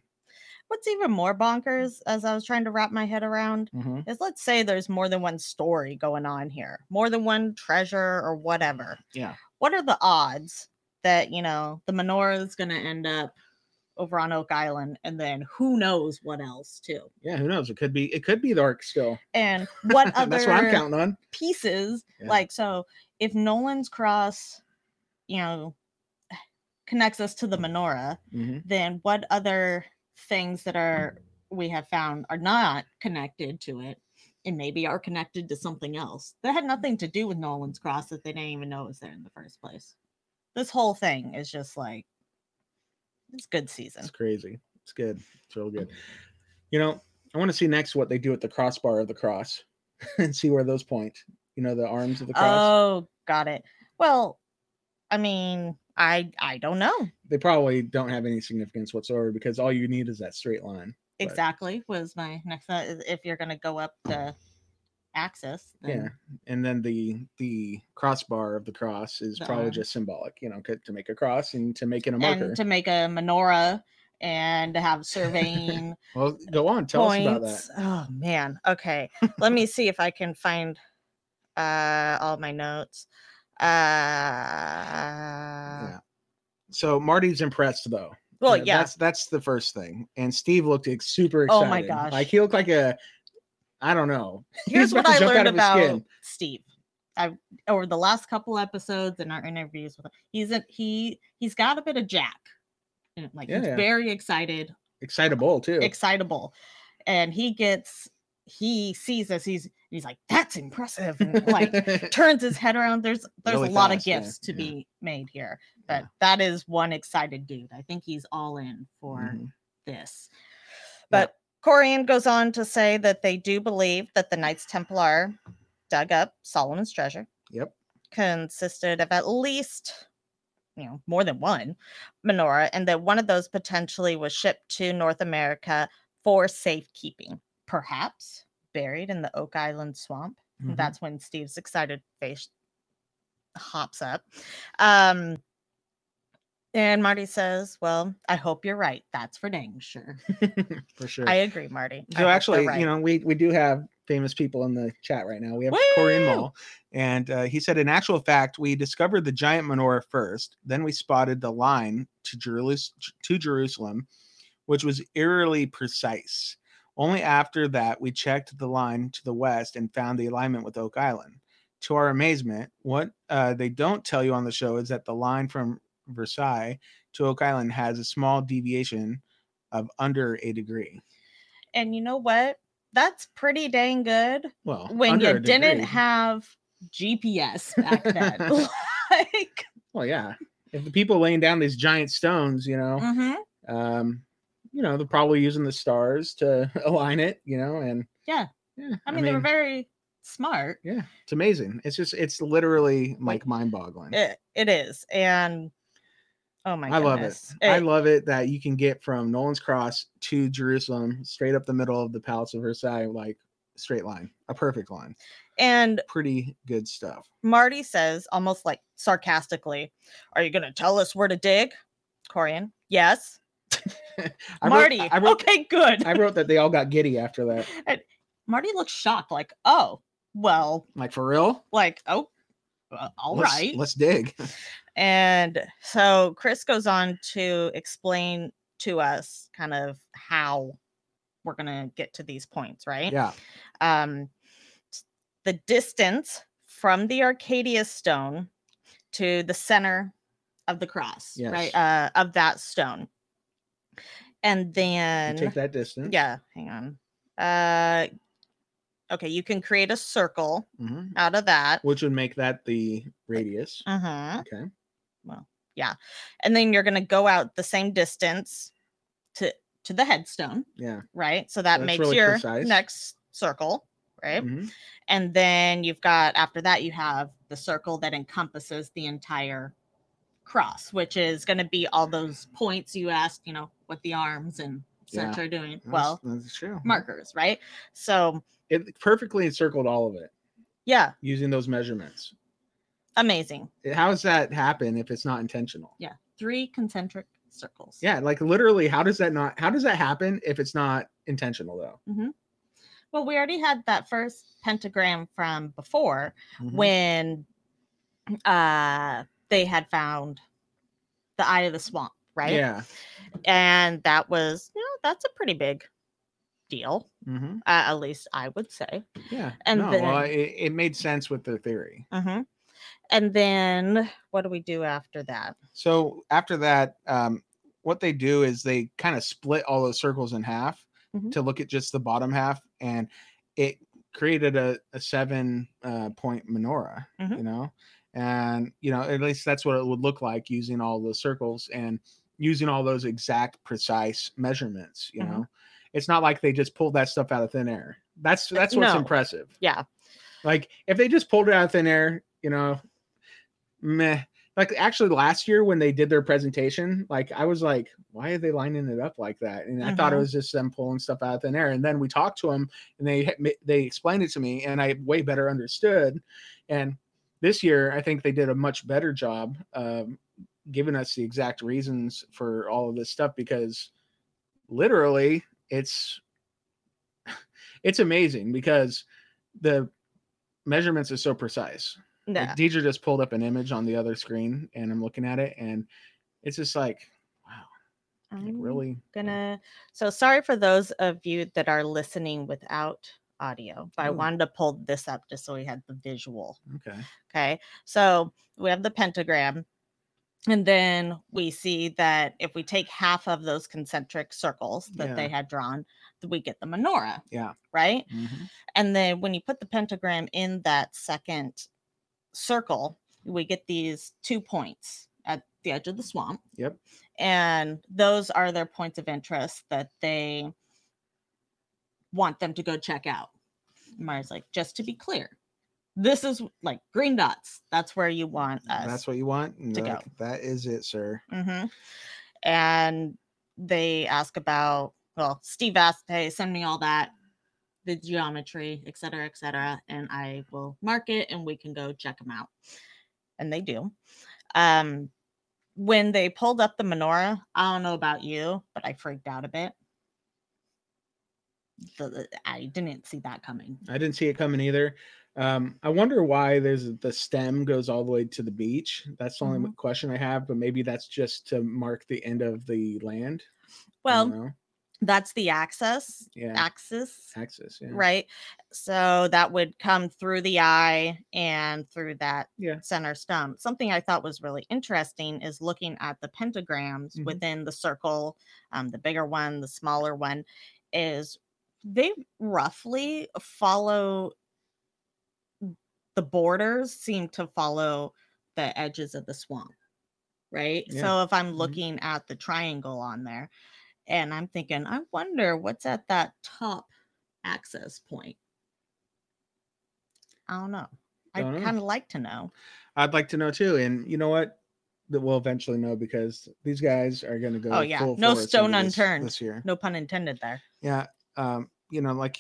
Speaker 2: What's even more
Speaker 1: Mm.
Speaker 2: bonkers, as I was trying to wrap my head around,
Speaker 1: mhm.
Speaker 2: is let's say there's more than one story going on here, more than one treasure or whatever.
Speaker 1: Yeah.
Speaker 2: What are the odds that, you know, the menorah is going to end up over on Oak Island and then who knows what else too?
Speaker 1: yeah, who knows? It could be it could be the Ark still.
Speaker 2: And what other
Speaker 1: That's what I'm counting on.
Speaker 2: pieces.
Speaker 1: Yeah.
Speaker 2: Like, so if Nolan's cross, you know, connects us to the menorah,
Speaker 1: Mhm.
Speaker 2: then what other things that are we have found are not connected to it and maybe are connected to something else that had nothing to do with Nolan's cross that they didn't even know was there in the first place. This whole thing is just like it's good season.
Speaker 1: It's crazy. It's good. It's real good. You know, I want to see next what they do at the crossbar of the cross and see where those point. You know, the arms of the cross.
Speaker 2: Oh, got it. Well, I mean, I I don't know
Speaker 1: they probably don't have any significance whatsoever because all you need is that straight line. Right.
Speaker 2: exactly. Was my next thought is if you're gonna go up the axis, then
Speaker 1: Yeah. And then the the crossbar of the cross is
Speaker 2: The
Speaker 1: probably
Speaker 2: arm.
Speaker 1: just symbolic, you know, 'cause to make a cross and to make it a marker.
Speaker 2: and to make a menorah and to have surveying
Speaker 1: well, go on, tell us about that.
Speaker 2: points. Oh man. Okay. Let me see if I can find uh all my notes. Uh
Speaker 1: Yeah. So Marty's impressed though.
Speaker 2: well,
Speaker 1: Uh,
Speaker 2: yeah.
Speaker 1: That's that's the first thing. And Steve looked ex- super
Speaker 2: Oh
Speaker 1: excited.
Speaker 2: my gosh.
Speaker 1: Like he looked like a I don't know. He was
Speaker 2: Here's what
Speaker 1: about to
Speaker 2: I
Speaker 1: jump out
Speaker 2: learned
Speaker 1: of his skin.
Speaker 2: about Steve. I over the last couple episodes and our interviews with him. He's a, he he's got a bit of Jack. in him, Like
Speaker 1: Yeah,
Speaker 2: he's
Speaker 1: yeah.
Speaker 2: very excited,
Speaker 1: Excitable too.
Speaker 2: excitable. And he gets he sees us, he's he's like, that's impressive. And like turns his head around. There's there's
Speaker 1: Really
Speaker 2: a lot of
Speaker 1: fast, yeah,
Speaker 2: gifts to
Speaker 1: yeah.
Speaker 2: be made here,
Speaker 1: Yeah.
Speaker 2: but that is one excited dude. I think he's all in for
Speaker 1: Mhm.
Speaker 2: this. But Corian goes on to say that they do believe that the Knights Templar dug up Solomon's treasure,
Speaker 1: Yep.
Speaker 2: consisted of at least you know more than one menorah, and that one of those potentially was shipped to North America for safekeeping, perhaps buried in the Oak Island swamp. And
Speaker 1: Mhm.
Speaker 2: that's when steve's excited face hops up um and marty says well i hope you're right that's for dang sure
Speaker 1: for sure.
Speaker 2: i agree marty I hope
Speaker 1: so
Speaker 2: you're
Speaker 1: actually,
Speaker 2: right."
Speaker 1: you know, we we do have famous people in the chat right now. We have Corian
Speaker 2: Woo!
Speaker 1: Mall, and uh, he said, in actual fact, we discovered the giant menorah first, then we spotted the line to Jerusalem, to Jerusalem, which was eerily precise. Only after that, we checked the line to the west and found the alignment with Oak Island. To our amazement, what uh, they don't tell you on the show is that the line from Versailles to Oak Island has a small deviation of under a degree.
Speaker 2: and you know what that's pretty dang good
Speaker 1: Well,
Speaker 2: when
Speaker 1: under
Speaker 2: you
Speaker 1: a
Speaker 2: didn't
Speaker 1: degree.
Speaker 2: have gps back then like
Speaker 1: well, yeah. If the people laying down these giant stones, you know,
Speaker 2: mhm,
Speaker 1: um, you know, they're probably using the stars to align it, you know, and
Speaker 2: Yeah.
Speaker 1: yeah.
Speaker 2: i mean they were very smart
Speaker 1: yeah, it's amazing. It's just, it's literally like mind boggling.
Speaker 2: It, it is. And Oh my
Speaker 1: I love it.
Speaker 2: goodness.
Speaker 1: I love it that you can get from Nolan's Cross to Jerusalem straight up the middle of the Palace of Versailles, like straight line, a perfect line.
Speaker 2: and
Speaker 1: Pretty good stuff.
Speaker 2: Marty says, almost like sarcastically, Are you going to tell us where to dig? Corian, yes.
Speaker 1: I wrote-
Speaker 2: Marty,
Speaker 1: I wrote,
Speaker 2: okay, good.
Speaker 1: I uh, wrote that they all got giddy after that.
Speaker 2: Marty looks shocked, like, Oh, well,
Speaker 1: Like for real?
Speaker 2: like, oh, uh, all
Speaker 1: let's,
Speaker 2: right.
Speaker 1: Let's dig.
Speaker 2: And so Chris goes on to explain to us kind of how we're going to get to these points, right?
Speaker 1: Yeah.
Speaker 2: Um, s- the distance from the Arcadia stone to the center of the cross, right?
Speaker 1: Yes.
Speaker 2: Uh, of that stone. And
Speaker 1: You
Speaker 2: then
Speaker 1: take that distance.
Speaker 2: yeah, hang on. Uh okay, you can create a circle
Speaker 1: Mhm.
Speaker 2: out of that.
Speaker 1: Which would make that the radius.
Speaker 2: Mhm.
Speaker 1: Okay.
Speaker 2: and then you're going to go out the same distance to to the headstone
Speaker 1: Yeah.
Speaker 2: right so that
Speaker 1: that's
Speaker 2: makes
Speaker 1: really
Speaker 2: your
Speaker 1: precise.
Speaker 2: next circle right
Speaker 1: Mhm.
Speaker 2: and then you've got after that you have the circle that encompasses the entire cross which is going to be all those points you asked you know what the arms and such are doing
Speaker 1: That's-
Speaker 2: well
Speaker 1: that's true.
Speaker 2: markers right so
Speaker 1: It perfectly encircled all of it
Speaker 2: yeah
Speaker 1: using those measurements.
Speaker 2: amazing
Speaker 1: How does that happen if it's not intentional?
Speaker 2: three concentric circles
Speaker 1: Yeah, like literally, how does that not? How does that happen if it's not intentional though?
Speaker 2: well we already had that first pentagram from before
Speaker 1: Mm-hmm.
Speaker 2: when uh they had found the eye of the swamp right
Speaker 1: Yeah.
Speaker 2: and that was you know that's a pretty big deal
Speaker 1: hmm
Speaker 2: uh, at least i would say
Speaker 1: Yeah.
Speaker 2: And
Speaker 1: no,
Speaker 2: then-
Speaker 1: well, it, it made sense with their theory.
Speaker 2: Mhm. and then what do we do after that
Speaker 1: So after that, um, what they do is they kind of split all those circles in half
Speaker 2: Mhm.
Speaker 1: to look at just the bottom half, and it created a, a seven uh, point menorah.
Speaker 2: Mhm.
Speaker 1: You know, and you know at least that's what it would look like using all those circles and using all those exact precise measurements. You
Speaker 2: Mhm.
Speaker 1: know, it's not like they just pulled that stuff out of thin air. That's that's what's
Speaker 2: no.
Speaker 1: impressive.
Speaker 2: yeah
Speaker 1: Like if they just pulled it out of thin air, you know, meh. Like actually last year when they did their presentation, like I was like, why are they lining it up like that? And I thought it
Speaker 2: Mhm.
Speaker 1: was just them pulling stuff out of thin air. And then we talked to them and they had- they explained it to me and I way better understood. And this year I think they did a much better job um giving us the exact reasons for all of this stuff because literally it's it's amazing because the measurements is so precise.
Speaker 2: no.
Speaker 1: Like Deidre just pulled up an image on the other screen and I'm looking at it and it's just like, wow, like
Speaker 2: I'm
Speaker 1: really?
Speaker 2: gonna so sorry for those of you that are listening without audio but i
Speaker 1: Oh.
Speaker 2: wanted to pull this up just so we had the visual
Speaker 1: Okay.
Speaker 2: Okay. So we have the pentagram. And then we see that if we take half of those concentric circles that they had drawn, th- we get the menorah.
Speaker 1: Yeah.
Speaker 2: Right.
Speaker 1: Mhm.
Speaker 2: And then when you put the pentagram in that second circle, we get these two points at the edge of the swamp.
Speaker 1: Yep.
Speaker 2: And those are their points of interest that they want them to go check out. Mara's like, just to be clear, this is like green dots. That's where you want us.
Speaker 1: That's what you want. And
Speaker 2: uh, to
Speaker 1: they're
Speaker 2: go.
Speaker 1: like, That is it, sir.
Speaker 2: Mm-hmm. And they ask about, well, Steve asked, hey, send me all that, the geometry, et cetera, et cetera, and I will mark it and we can go check them out. And they do. Um, when they pulled up the menorah, I don't know about you, but I freaked out a bit. The- the- I didn't see that coming.
Speaker 1: I didn't see it coming either. Um, I wonder why there's the stem goes all the way to the beach. That's the only
Speaker 2: Mhm.
Speaker 1: question I have, but maybe that's just to mark the end of the land. I
Speaker 2: Well,
Speaker 1: don't know.
Speaker 2: that's the axis,
Speaker 1: Mm-hmm. yeah,
Speaker 2: axis,
Speaker 1: axis. Yeah.
Speaker 2: right? So that would come through the eye and through that
Speaker 1: Yeah.
Speaker 2: center stump. Something I thought was really interesting is looking at the pentagrams
Speaker 1: Mhm.
Speaker 2: within the circle, um, the bigger one, the smaller one, is they roughly follow the borders, seem to follow the edges of the swamp, right?
Speaker 1: Yeah.
Speaker 2: So if I'm
Speaker 1: Mhm.
Speaker 2: looking at the triangle on there, and I'm thinking, I wonder what's at that top access point. I don't know.
Speaker 1: Don't know.
Speaker 2: I'd kind of like to know.
Speaker 1: I'd like to know too. And you know what? that we'll eventually know because these guys are going to go.
Speaker 2: Oh, yeah.
Speaker 1: full
Speaker 2: No
Speaker 1: force into
Speaker 2: stone
Speaker 1: this-
Speaker 2: unturned.
Speaker 1: this year.
Speaker 2: No pun intended there.
Speaker 1: Yeah. Um, you know, like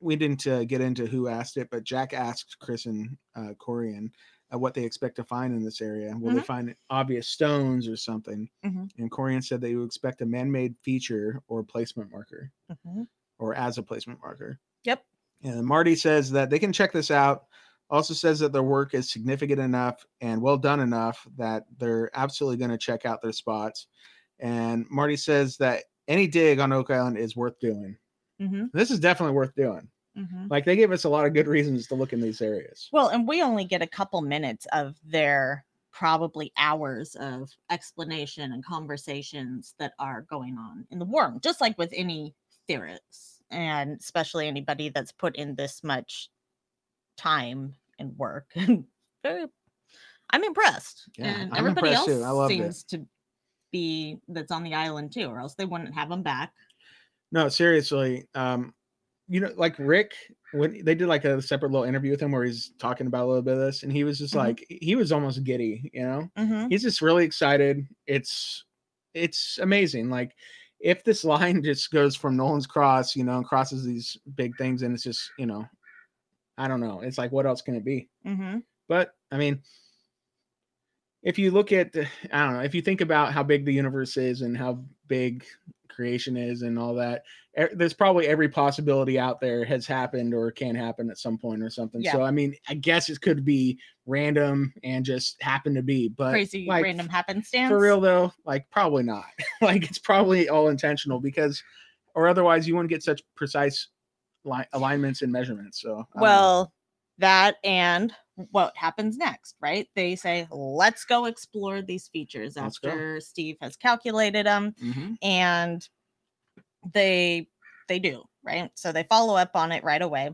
Speaker 1: we didn't uh, get into who asked it, but Jack asked Chris and uh, Corian uh, what they expect to find in this area. Will they
Speaker 2: Mhm.
Speaker 1: find obvious stones or something?
Speaker 2: Mhm.
Speaker 1: And Corian said they would expect a man made feature or placement marker
Speaker 2: Mhm.
Speaker 1: or as a placement marker.
Speaker 2: Yep.
Speaker 1: And Marty says that they can check this out. Also says that their work is significant enough and well done enough that they're absolutely going to check out their spots. And Marty says that any dig on Oak Island is worth doing.
Speaker 2: Mhm.
Speaker 1: This is definitely worth doing.
Speaker 2: Mhm.
Speaker 1: Like they gave us a lot of good reasons to look in these areas.
Speaker 2: Well, and we only get a couple minutes of their probably hours of explanation and conversations that are going on in the worm, just like with any theorists, and especially anybody that's put in this much time and work. And uh, I'm impressed.
Speaker 1: Yeah,
Speaker 2: and
Speaker 1: I'm
Speaker 2: everybody
Speaker 1: impressed
Speaker 2: else
Speaker 1: too. I loved it.
Speaker 2: seems to be that's on the island too, or else they wouldn't have them back.
Speaker 1: No, seriously. Um, you know, like Rick, when they did like a separate little interview with him where he's talking about a little bit of this, and he was just
Speaker 2: Mhm.
Speaker 1: like, he was almost giddy, you know?
Speaker 2: Mm-hmm.
Speaker 1: he's just really excited. It's it's amazing. Like if this line just goes from Nolan's cross, you know, and crosses these big things, and it's just you know, I don't know. It's like what else can it be?
Speaker 2: Mm-hmm.
Speaker 1: But I mean, if you look at the- I don't know, if you think about how big the universe is and how big creation is and all that e- there's probably every possibility out there has happened or can happen at some point or something
Speaker 2: Yeah.
Speaker 1: so i mean i guess it could be random and just happen to be but
Speaker 2: Crazy
Speaker 1: like,
Speaker 2: random happenstance.
Speaker 1: for real though like probably not like it's probably all intentional because or otherwise you wouldn't get such precise li- alignments and measurements so I don't know.
Speaker 2: Well, that and what happens next, right? They say, let's go explore these features
Speaker 1: Let's go.
Speaker 2: after Steve has calculated them
Speaker 1: Mhm.
Speaker 2: and they they do, right? So they follow up on it right away.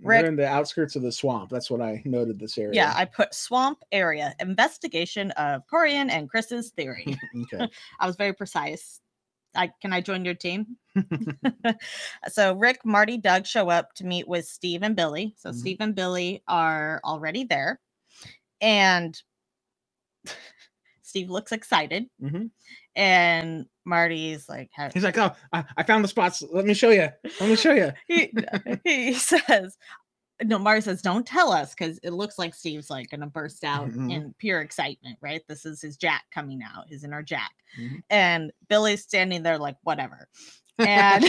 Speaker 2: Rick-
Speaker 1: we're in the outskirts of the swamp that's what i noted this area
Speaker 2: Yeah, I put swamp area investigation of Corian and Chris's theory.
Speaker 1: okay
Speaker 2: I was very precise. I can I join your team? so Rick, Marty, Doug show up to meet with Steve and Billy. So
Speaker 1: Mhm.
Speaker 2: Steve and Billy are already there. And Steve looks excited
Speaker 1: Mhm.
Speaker 2: and Marty's like "Ha-
Speaker 1: he's like oh I, I found the spots let me show you let me show you
Speaker 2: he, he says no Marty says don't tell us cuz it looks like Steve's like going to burst out
Speaker 1: Mhm.
Speaker 2: in pure excitement, right? This is his Jack coming out, his inner Jack.
Speaker 1: Mhm.
Speaker 2: And Billy's standing there like whatever. And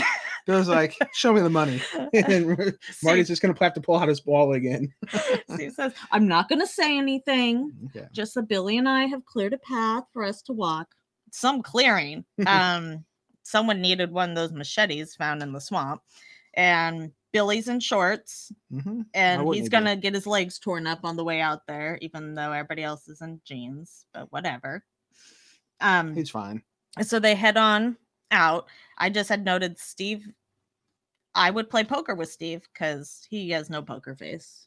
Speaker 1: Bill's like show me the money and marty's
Speaker 2: Steve,
Speaker 1: just gonna have to pull out his ball again
Speaker 2: Steve says, I'm not going to say anything.
Speaker 1: okay
Speaker 2: Just that Billy and I have cleared a path for us to walk. Some clearing. um, someone needed one of those machetes found in the swamp. And Billy's in shorts
Speaker 1: hmm
Speaker 2: and
Speaker 1: wouldn't
Speaker 2: he's
Speaker 1: they be?
Speaker 2: going to get his legs torn up on the way out there, even though everybody else is in jeans, but whatever. Um,
Speaker 1: he's fine
Speaker 2: so they head on out. I just had noted Steve. I would play poker with Steve because he has no poker face.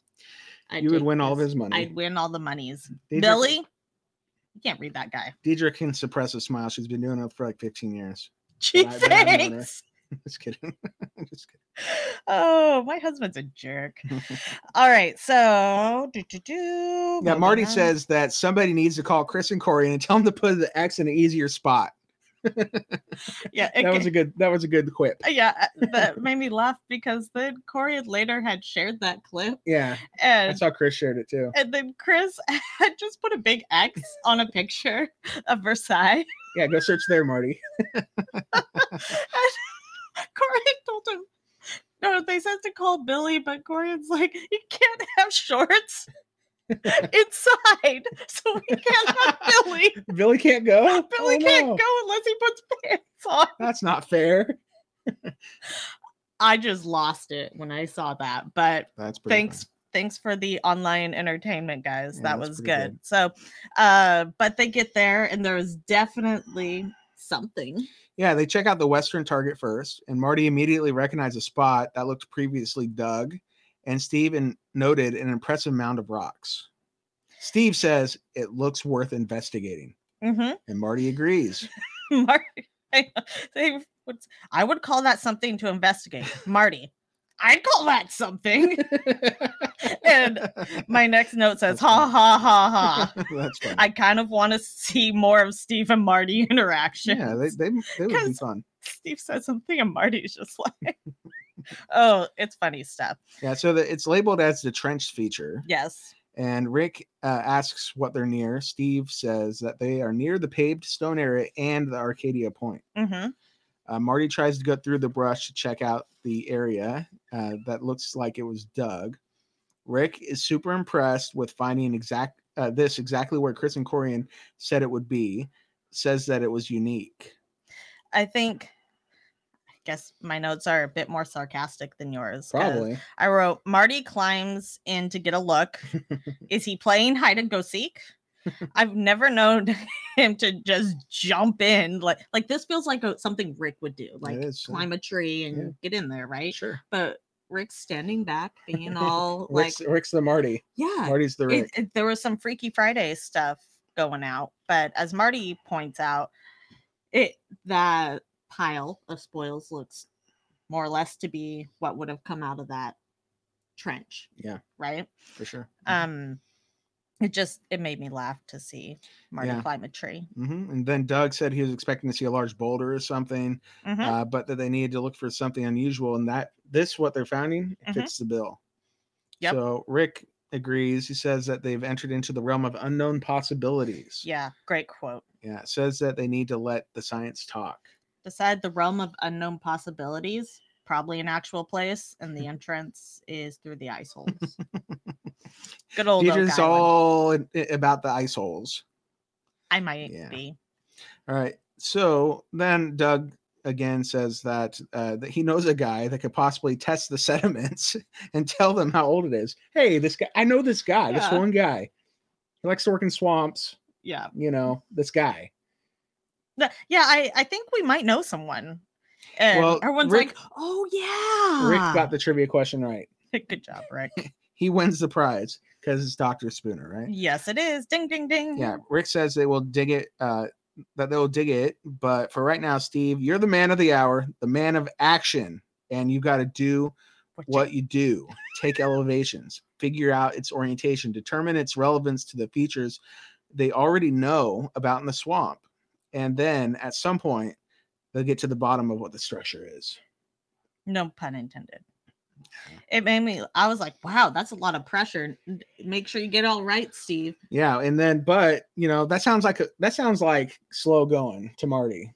Speaker 2: I'd
Speaker 1: you would
Speaker 2: take
Speaker 1: win all of his money
Speaker 2: I'd win all the monies.
Speaker 1: Deidre-
Speaker 2: Billy, you can't read that guy.
Speaker 1: deidre can suppress a smile she's been doing it for like 15 years
Speaker 2: Gee,
Speaker 1: I- that I know, right?
Speaker 2: thanks.
Speaker 1: Just kidding. Just kidding.
Speaker 2: Oh, my husband's a jerk. all right, so do do do.
Speaker 1: Yeah, Marty
Speaker 2: moving on.
Speaker 1: says that somebody needs to call Chris and Corey and tell them to put the X in an easier spot.
Speaker 2: Yeah, it
Speaker 1: That was
Speaker 2: ca-
Speaker 1: a good. That was a good quip.
Speaker 2: yeah, uh, that made me laugh because then Corey had later had shared that clip,
Speaker 1: Yeah, I
Speaker 2: and
Speaker 1: saw Chris shared it too.
Speaker 2: and then Chris had just put a big X on a picture of Versailles.
Speaker 1: Yeah, go search there, Marty.
Speaker 2: Corey told him, no, they said to call Billy, but Corey's like, you can't have shorts inside, so we can't have Billy.
Speaker 1: Billy can't go.
Speaker 2: Billy
Speaker 1: Oh,
Speaker 2: can't
Speaker 1: no.
Speaker 2: go unless he puts pants on.
Speaker 1: That's not fair.
Speaker 2: I just lost it when I saw that, but
Speaker 1: That's pretty
Speaker 2: thanks thanks for the online entertainment guys
Speaker 1: Yeah,
Speaker 2: that
Speaker 1: that's
Speaker 2: was
Speaker 1: pretty
Speaker 2: good.
Speaker 1: good.
Speaker 2: so uh but they get there and there was definitely something
Speaker 1: Yeah, they check out the Western Target first, and Marty immediately recognized a spot that looked previously dug, and Steve and noted an impressive mound of rocks. Steve says it looks worth investigating,
Speaker 2: mm-hmm.
Speaker 1: and Marty agrees.
Speaker 2: marty I, know, they would- I would call that something to investigate marty I'd call that something. and my next note says, ha ha ha ha.
Speaker 1: That's fun.
Speaker 2: I kind of want to see more of Steve and Marty interaction.
Speaker 1: yeah, they, they, they would be
Speaker 2: 'Cause-
Speaker 1: fun.
Speaker 2: Steve says something and Marty's just like, oh, it's funny stuff.
Speaker 1: Yeah, so the, it's labeled as the trench feature.
Speaker 2: Yes.
Speaker 1: And Rick uh, asks what they're near. Steve says that they are near the paved stone area and the Arcadia Point.
Speaker 2: Mm-hmm.
Speaker 1: Uh, Marty tries to go through the brush to check out the area uh, that looks like it was dug. Rick is super impressed with finding exact uh, this exactly where Chris and Corian said it would be. Says that it was unique.
Speaker 2: I think, I guess my notes are a bit more sarcastic than yours. 'cause
Speaker 1: Probably.
Speaker 2: I wrote Marty climbs in to get a look. Is he playing hide and go seek? I've never known him to just jump in like like this feels like a, something Rick would do, like
Speaker 1: is, yeah.
Speaker 2: climb a tree and get in there, right?
Speaker 1: Sure.
Speaker 2: But Rick's standing back, being all like,
Speaker 1: Rick's, Rick's the Marty.
Speaker 2: yeah,
Speaker 1: Marty's the
Speaker 2: it,
Speaker 1: Rick.
Speaker 2: it- there was some Freaky Friday stuff going out, but as Marty points out, it that pile of spoils looks more or less to be what would have come out of that trench.
Speaker 1: Yeah. Mm-hmm.
Speaker 2: Right.
Speaker 1: for sure.
Speaker 2: Um, it just it made me laugh to see Marty
Speaker 1: Yeah.
Speaker 2: climb a tree.
Speaker 1: hmm And then Doug said he was expecting to see a large boulder or something,
Speaker 2: Mhm.
Speaker 1: uh, but that they needed to look for something unusual, and that this what they're finding it
Speaker 2: Mhm.
Speaker 1: fits the bill.
Speaker 2: Yep.
Speaker 1: So Rick agrees. He says that they've entered into the realm of unknown possibilities.
Speaker 2: yeah, great quote.
Speaker 1: Yeah. It says that they need to let the science talk.
Speaker 2: Beside the realm of unknown possibilities, probably an actual place, and the entrance is through the ice holes. Good old Oak
Speaker 1: Future's
Speaker 2: Island.
Speaker 1: all in- i- about the ice holes.
Speaker 2: I might
Speaker 1: Yeah.
Speaker 2: be.
Speaker 1: All right. So then Doug again says that uh, that he knows a guy that could possibly test the sediments and tell them how old it is. Hey, this guy, I know this guy, this
Speaker 2: Yeah.
Speaker 1: one guy. He likes to work in swamps.
Speaker 2: Yeah.
Speaker 1: You know, this guy.
Speaker 2: Th- Yeah, I, I think we might know someone. And
Speaker 1: Well,
Speaker 2: everyone's
Speaker 1: Rick-
Speaker 2: like, oh yeah.
Speaker 1: Rick got the trivia question right.
Speaker 2: Good job, Rick.
Speaker 1: He wins the prize because it's Dr. Spooner, right?
Speaker 2: yes, it is. Ding ding ding.
Speaker 1: Yeah. Rick says they will dig it, uh, that they'll dig it. But for right now, Steve, you're the man of the hour, the man of action, and you got to do
Speaker 2: What you-
Speaker 1: what you do, take elevations, figure out its orientation, determine its relevance to the features they already know about in the swamp. And then at some point, they'll get to the bottom of what the structure is.
Speaker 2: No pun intended. It made me I was like, wow, that's a lot of pressure. N- Make sure you get it all right, Steve.
Speaker 1: Yeah. And then, but you know, that sounds like a, that sounds like slow going to Marty.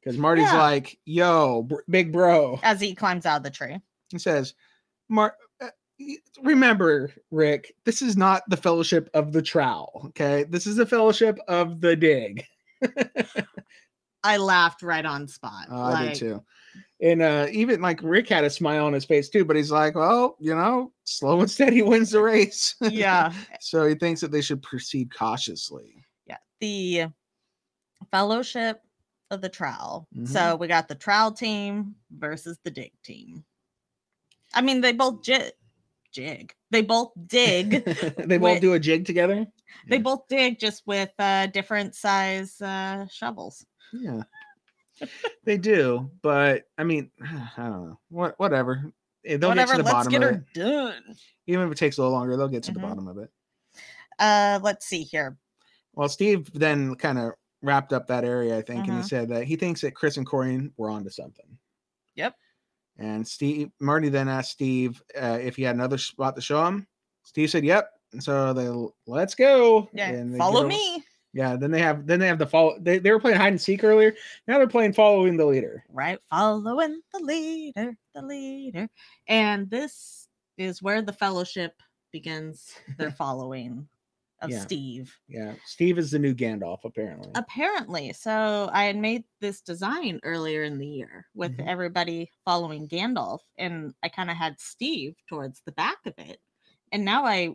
Speaker 1: Because Marty's
Speaker 2: Yeah.
Speaker 1: like, yo, br- big bro.
Speaker 2: As he climbs out of the tree.
Speaker 1: He says, Mar- uh, y- remember, Rick, this is not the fellowship of the trowel. Okay. This is the fellowship of the dig.
Speaker 2: I laughed right on spot.
Speaker 1: Oh, I
Speaker 2: Like,
Speaker 1: did too. And uh, even like Rick had a smile on his face too, but he's like, well, you know, slow and steady wins the race.
Speaker 2: yeah.
Speaker 1: so he thinks that they should proceed cautiously.
Speaker 2: yeah the fellowship of the trowel
Speaker 1: Mm-hmm.
Speaker 2: so we got the trowel team versus the dig team i mean they both jig jig they both dig
Speaker 1: they both
Speaker 2: Wait.
Speaker 1: do a jig together.
Speaker 2: they
Speaker 1: Yeah.
Speaker 2: both dig just with uh different size uh shovels
Speaker 1: Yeah, they do. But I mean, I don't know. What, whatever. Eh, They'll
Speaker 2: whatever
Speaker 1: get to the
Speaker 2: let's
Speaker 1: bottom
Speaker 2: get
Speaker 1: of
Speaker 2: her
Speaker 1: it.
Speaker 2: done
Speaker 1: Even if it takes a little longer, they'll get to
Speaker 2: Mhm.
Speaker 1: the bottom of it.
Speaker 2: uh let's see here
Speaker 1: Well, Steve then kind of wrapped up that area, I think, and
Speaker 2: Mhm.
Speaker 1: he said that he thinks that Chris and Corian were onto something.
Speaker 2: Yep.
Speaker 1: And Steve Marty then asked Steve uh, if he had another spot to show him. Steve said, "Yep." And so they l- let's go.
Speaker 2: yeah
Speaker 1: and they
Speaker 2: follow
Speaker 1: go-
Speaker 2: me
Speaker 1: Yeah. Then they have then they have the follow. They, they were playing hide and seek earlier. Now they're playing following the leader.
Speaker 2: right following the leader the leader and this is where the fellowship begins their following of
Speaker 1: Yeah.
Speaker 2: steve
Speaker 1: Yeah. Steve is the new Gandalf, apparently.
Speaker 2: apparently so i had made this design earlier in the year with
Speaker 1: Mhm.
Speaker 2: everybody following gandalf and i kind of had steve towards the back of it and now i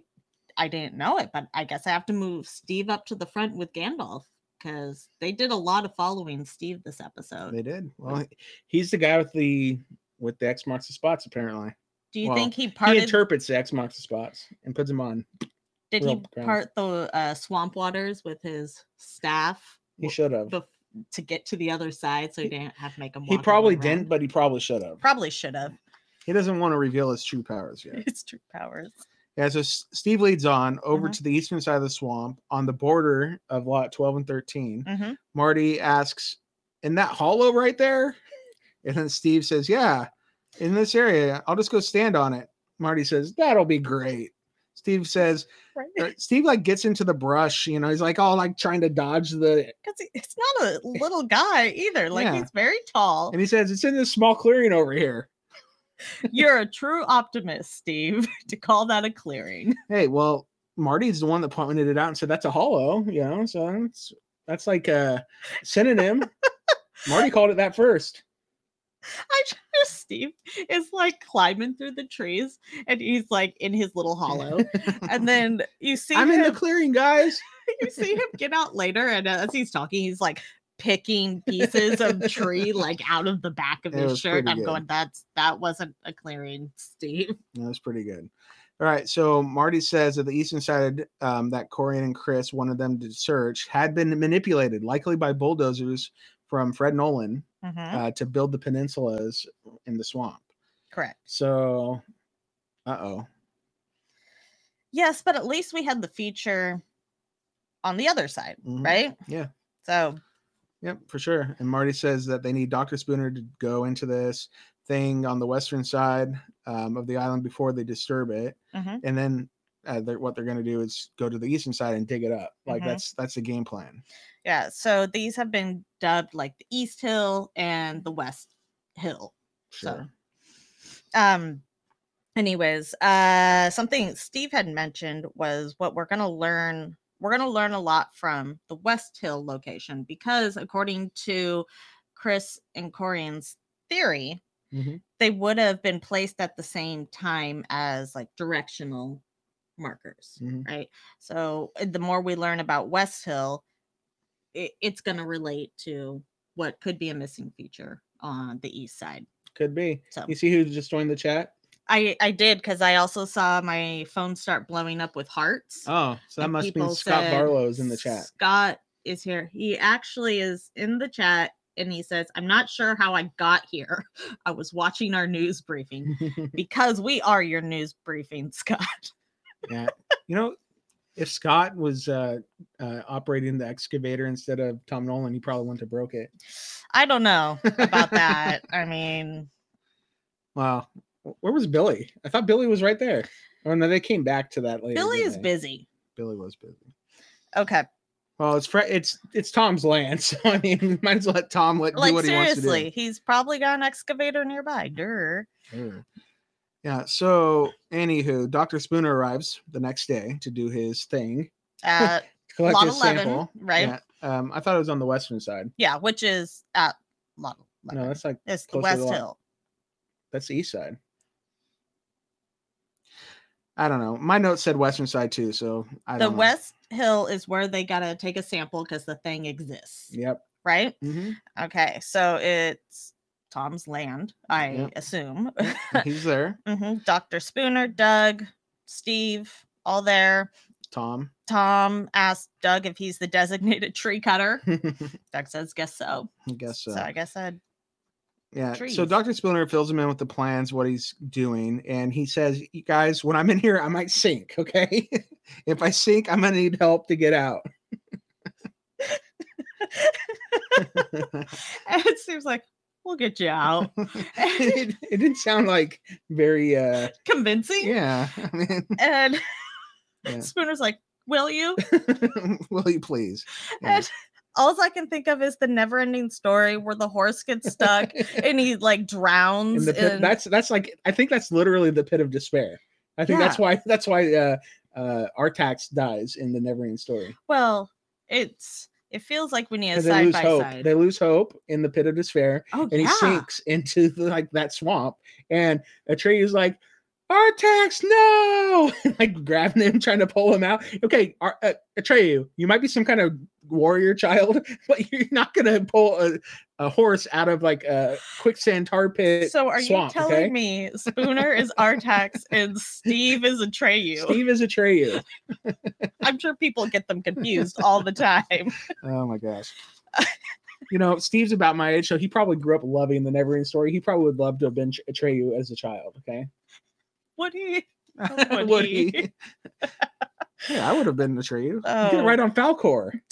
Speaker 2: i didn't know it but i guess i have to move steve up to the front with gandalf because they did a lot of following steve this episode
Speaker 1: They did. Well, he- he's the guy with the with the X marks the spots. Apparently,
Speaker 2: do you
Speaker 1: well,
Speaker 2: think he
Speaker 1: he
Speaker 2: parted
Speaker 1: interprets the X marks the spots and puts them on.
Speaker 2: Did
Speaker 1: real
Speaker 2: he
Speaker 1: ground.
Speaker 2: part the uh, swamp waters with his staff
Speaker 1: He
Speaker 2: Wh-
Speaker 1: should have.
Speaker 2: bef- to get to the other side so he didn't have to make him?
Speaker 1: He
Speaker 2: walk all
Speaker 1: probably
Speaker 2: around?
Speaker 1: didn't, but he probably should have.
Speaker 2: Probably should have.
Speaker 1: He doesn't want to reveal his true powers yet.
Speaker 2: It's true powers.
Speaker 1: Yeah, so S- Steve leads on over
Speaker 2: Mhm.
Speaker 1: to the eastern side of the swamp on the border of lot 12 and 13.
Speaker 2: Mhm.
Speaker 1: Marty asks, In that hollow right there? And then Steve says, Yeah, in this area. I'll just go stand on it. Marty says, That'll be great. Steve says,
Speaker 2: Right.
Speaker 1: or Steve like gets into the brush, you know, he's like all like trying to dodge the
Speaker 2: Because it's not a little guy either. Like
Speaker 1: Yeah.
Speaker 2: he's very tall.
Speaker 1: and he says, It's in this small clearing over here.
Speaker 2: You're a true optimist, Steve, to call that a clearing.
Speaker 1: Hey, well, Marty's the one that pointed it out and said that's a hollow, you know, so that's that's like a synonym. Marty called it that first.
Speaker 2: I just Steve is like climbing through the trees and he's like in his little hollow. and then you see
Speaker 1: I'm in
Speaker 2: him
Speaker 1: the clearing, guys.
Speaker 2: you see him get out later and uh, as he's talking he's like picking pieces of tree like out of the back of
Speaker 1: It
Speaker 2: his
Speaker 1: was
Speaker 2: shirt
Speaker 1: pretty
Speaker 2: i'm
Speaker 1: good.
Speaker 2: going that's that wasn't a clearing steve
Speaker 1: That was pretty good. All right. So Marty says that the eastern side um, that Corian and Chris wanted them to search had been manipulated, likely by bulldozers from Fred Nolan, uh, to build the peninsulas in the swamp.
Speaker 2: correct
Speaker 1: So, uh oh.
Speaker 2: yes but at least we had the feature on the other side right
Speaker 1: Mm-hmm. Yeah.
Speaker 2: so
Speaker 1: Yep, for sure. And Marty says that they need Dr. Spooner to go into this thing on the western side um, of the island before they disturb it.
Speaker 2: Mhm.
Speaker 1: And then uh, they're, what they're going to do is go to the eastern side and dig it up. Like
Speaker 2: Mhm.
Speaker 1: that's that's the game plan.
Speaker 2: yeah so these have been dubbed like the east hill and the west hill So-
Speaker 1: Sure.
Speaker 2: um anyways uh something steve had mentioned was what we're gonna learn we're gonna learn a lot from the west hill location because according to chris and corian's theory
Speaker 1: Mhm.
Speaker 2: they would have been placed at the same time as like directional markers
Speaker 1: Mhm.
Speaker 2: right so uh, the more we learn about west hill it, it's going to relate to what could be a missing feature on the east side
Speaker 1: Could be.
Speaker 2: so
Speaker 1: You see who just joined the chat?
Speaker 2: I I did because I also saw my phone start blowing up with hearts.
Speaker 1: Oh, so that
Speaker 2: and
Speaker 1: must mean
Speaker 2: people
Speaker 1: Scott
Speaker 2: said,
Speaker 1: Barlow's in the chat.
Speaker 2: Scott is here. He actually is in the chat and he says, "I'm not sure how I got here. I was watching our news briefing because we are your news briefing, Scott."
Speaker 1: yeah. You know, if Scott was uh, uh, operating the excavator instead of Tom Nolan, he probably wouldn't have broke it.
Speaker 2: I don't know about that. I mean,
Speaker 1: Wow. Wh- Where was Billy? I thought Billy was right there. Oh no, they came back to that later.
Speaker 2: Billy
Speaker 1: didn't
Speaker 2: is
Speaker 1: they?
Speaker 2: busy.
Speaker 1: Billy was busy.
Speaker 2: Okay,
Speaker 1: Well, it's Fre- it's it's Tom's land, so I mean, we might as well let Tom let, do
Speaker 2: like
Speaker 1: what
Speaker 2: seriously,
Speaker 1: he
Speaker 2: he's probably got an excavator nearby. Durr.
Speaker 1: wants to do. Ooh. Yeah. So, anywho, Doctor Spooner arrives the next day to do his thing,
Speaker 2: At
Speaker 1: collect
Speaker 2: Lot
Speaker 1: his
Speaker 2: 11,
Speaker 1: sample.
Speaker 2: right?
Speaker 1: Yeah. Um, I thought it was on the western side.
Speaker 2: yeah, which is at lot.
Speaker 1: No, that's like
Speaker 2: It's the
Speaker 1: closer to the
Speaker 2: West
Speaker 1: lot.
Speaker 2: Hill.
Speaker 1: that's the east side. I don't know. My note said western side too, so I
Speaker 2: The
Speaker 1: don't know.
Speaker 2: West Hill is where they gotta take a sample because the thing exists,
Speaker 1: Yep.
Speaker 2: right?
Speaker 1: hmm
Speaker 2: Okay, so it's Tom's land, I
Speaker 1: Yep.
Speaker 2: assume.
Speaker 1: He's there.
Speaker 2: hmm Dr. Spooner, Doug, Steve, all there.
Speaker 1: Tom.
Speaker 2: Tom asked Doug if he's the designated tree cutter.
Speaker 1: I
Speaker 2: Doug says, "Guess so."
Speaker 1: guess so.
Speaker 2: So I guess I'd
Speaker 1: yeah. So
Speaker 2: trees.
Speaker 1: Dr. Spooner fills him in with the plans, what he's doing, and he says, "You guys, when I'm in here, I might sink. Okay, if I sink, I'm gonna need help to get out."
Speaker 2: it seems like we'll get you out.
Speaker 1: it, it didn't sound like very, uh
Speaker 2: Convincing.
Speaker 1: yeah. I mean,
Speaker 2: And
Speaker 1: Yeah.
Speaker 2: Spooner's like, "Will you?"
Speaker 1: will you please? Yeah.
Speaker 2: And all I can think of is the never ending story where the horse gets stuck and he like
Speaker 1: in
Speaker 2: drowns.
Speaker 1: the pit,
Speaker 2: in-
Speaker 1: that's that's like I think that's literally the pit of despair. I think that's why that's why uh uh Artax dies in the Neverending Story
Speaker 2: well, it's it feels like we need a
Speaker 1: 'Cause they
Speaker 2: side
Speaker 1: lose
Speaker 2: by
Speaker 1: hope.
Speaker 2: side.
Speaker 1: They lose hope in the pit of despair,
Speaker 2: oh
Speaker 1: and he
Speaker 2: yeah,
Speaker 1: sinks into the, like that swamp. And Atreus is like, "Artax, no!" like grabbing him, trying to pull him out. Okay, Ar- uh, Atreus, you might be some kind of warrior child, but you're not gonna pull a, a horse out of like a quicksand tar pit.
Speaker 2: so are
Speaker 1: swamp,
Speaker 2: you telling
Speaker 1: okay?
Speaker 2: me Spooner is Artax and Steve is Atreyu?
Speaker 1: Steve is Atreus.
Speaker 2: I'm sure people get them confused all the time.
Speaker 1: Oh my gosh. you know, Steve's about my age, so he probably grew up loving the Neverending Story. He probably would love to have been At- Atreyu as a child. Okay,
Speaker 2: What do you?
Speaker 1: Would
Speaker 2: Woody.
Speaker 1: he? yeah, I would have been Atreyu. You
Speaker 2: Oh.
Speaker 1: could ride on Falcor.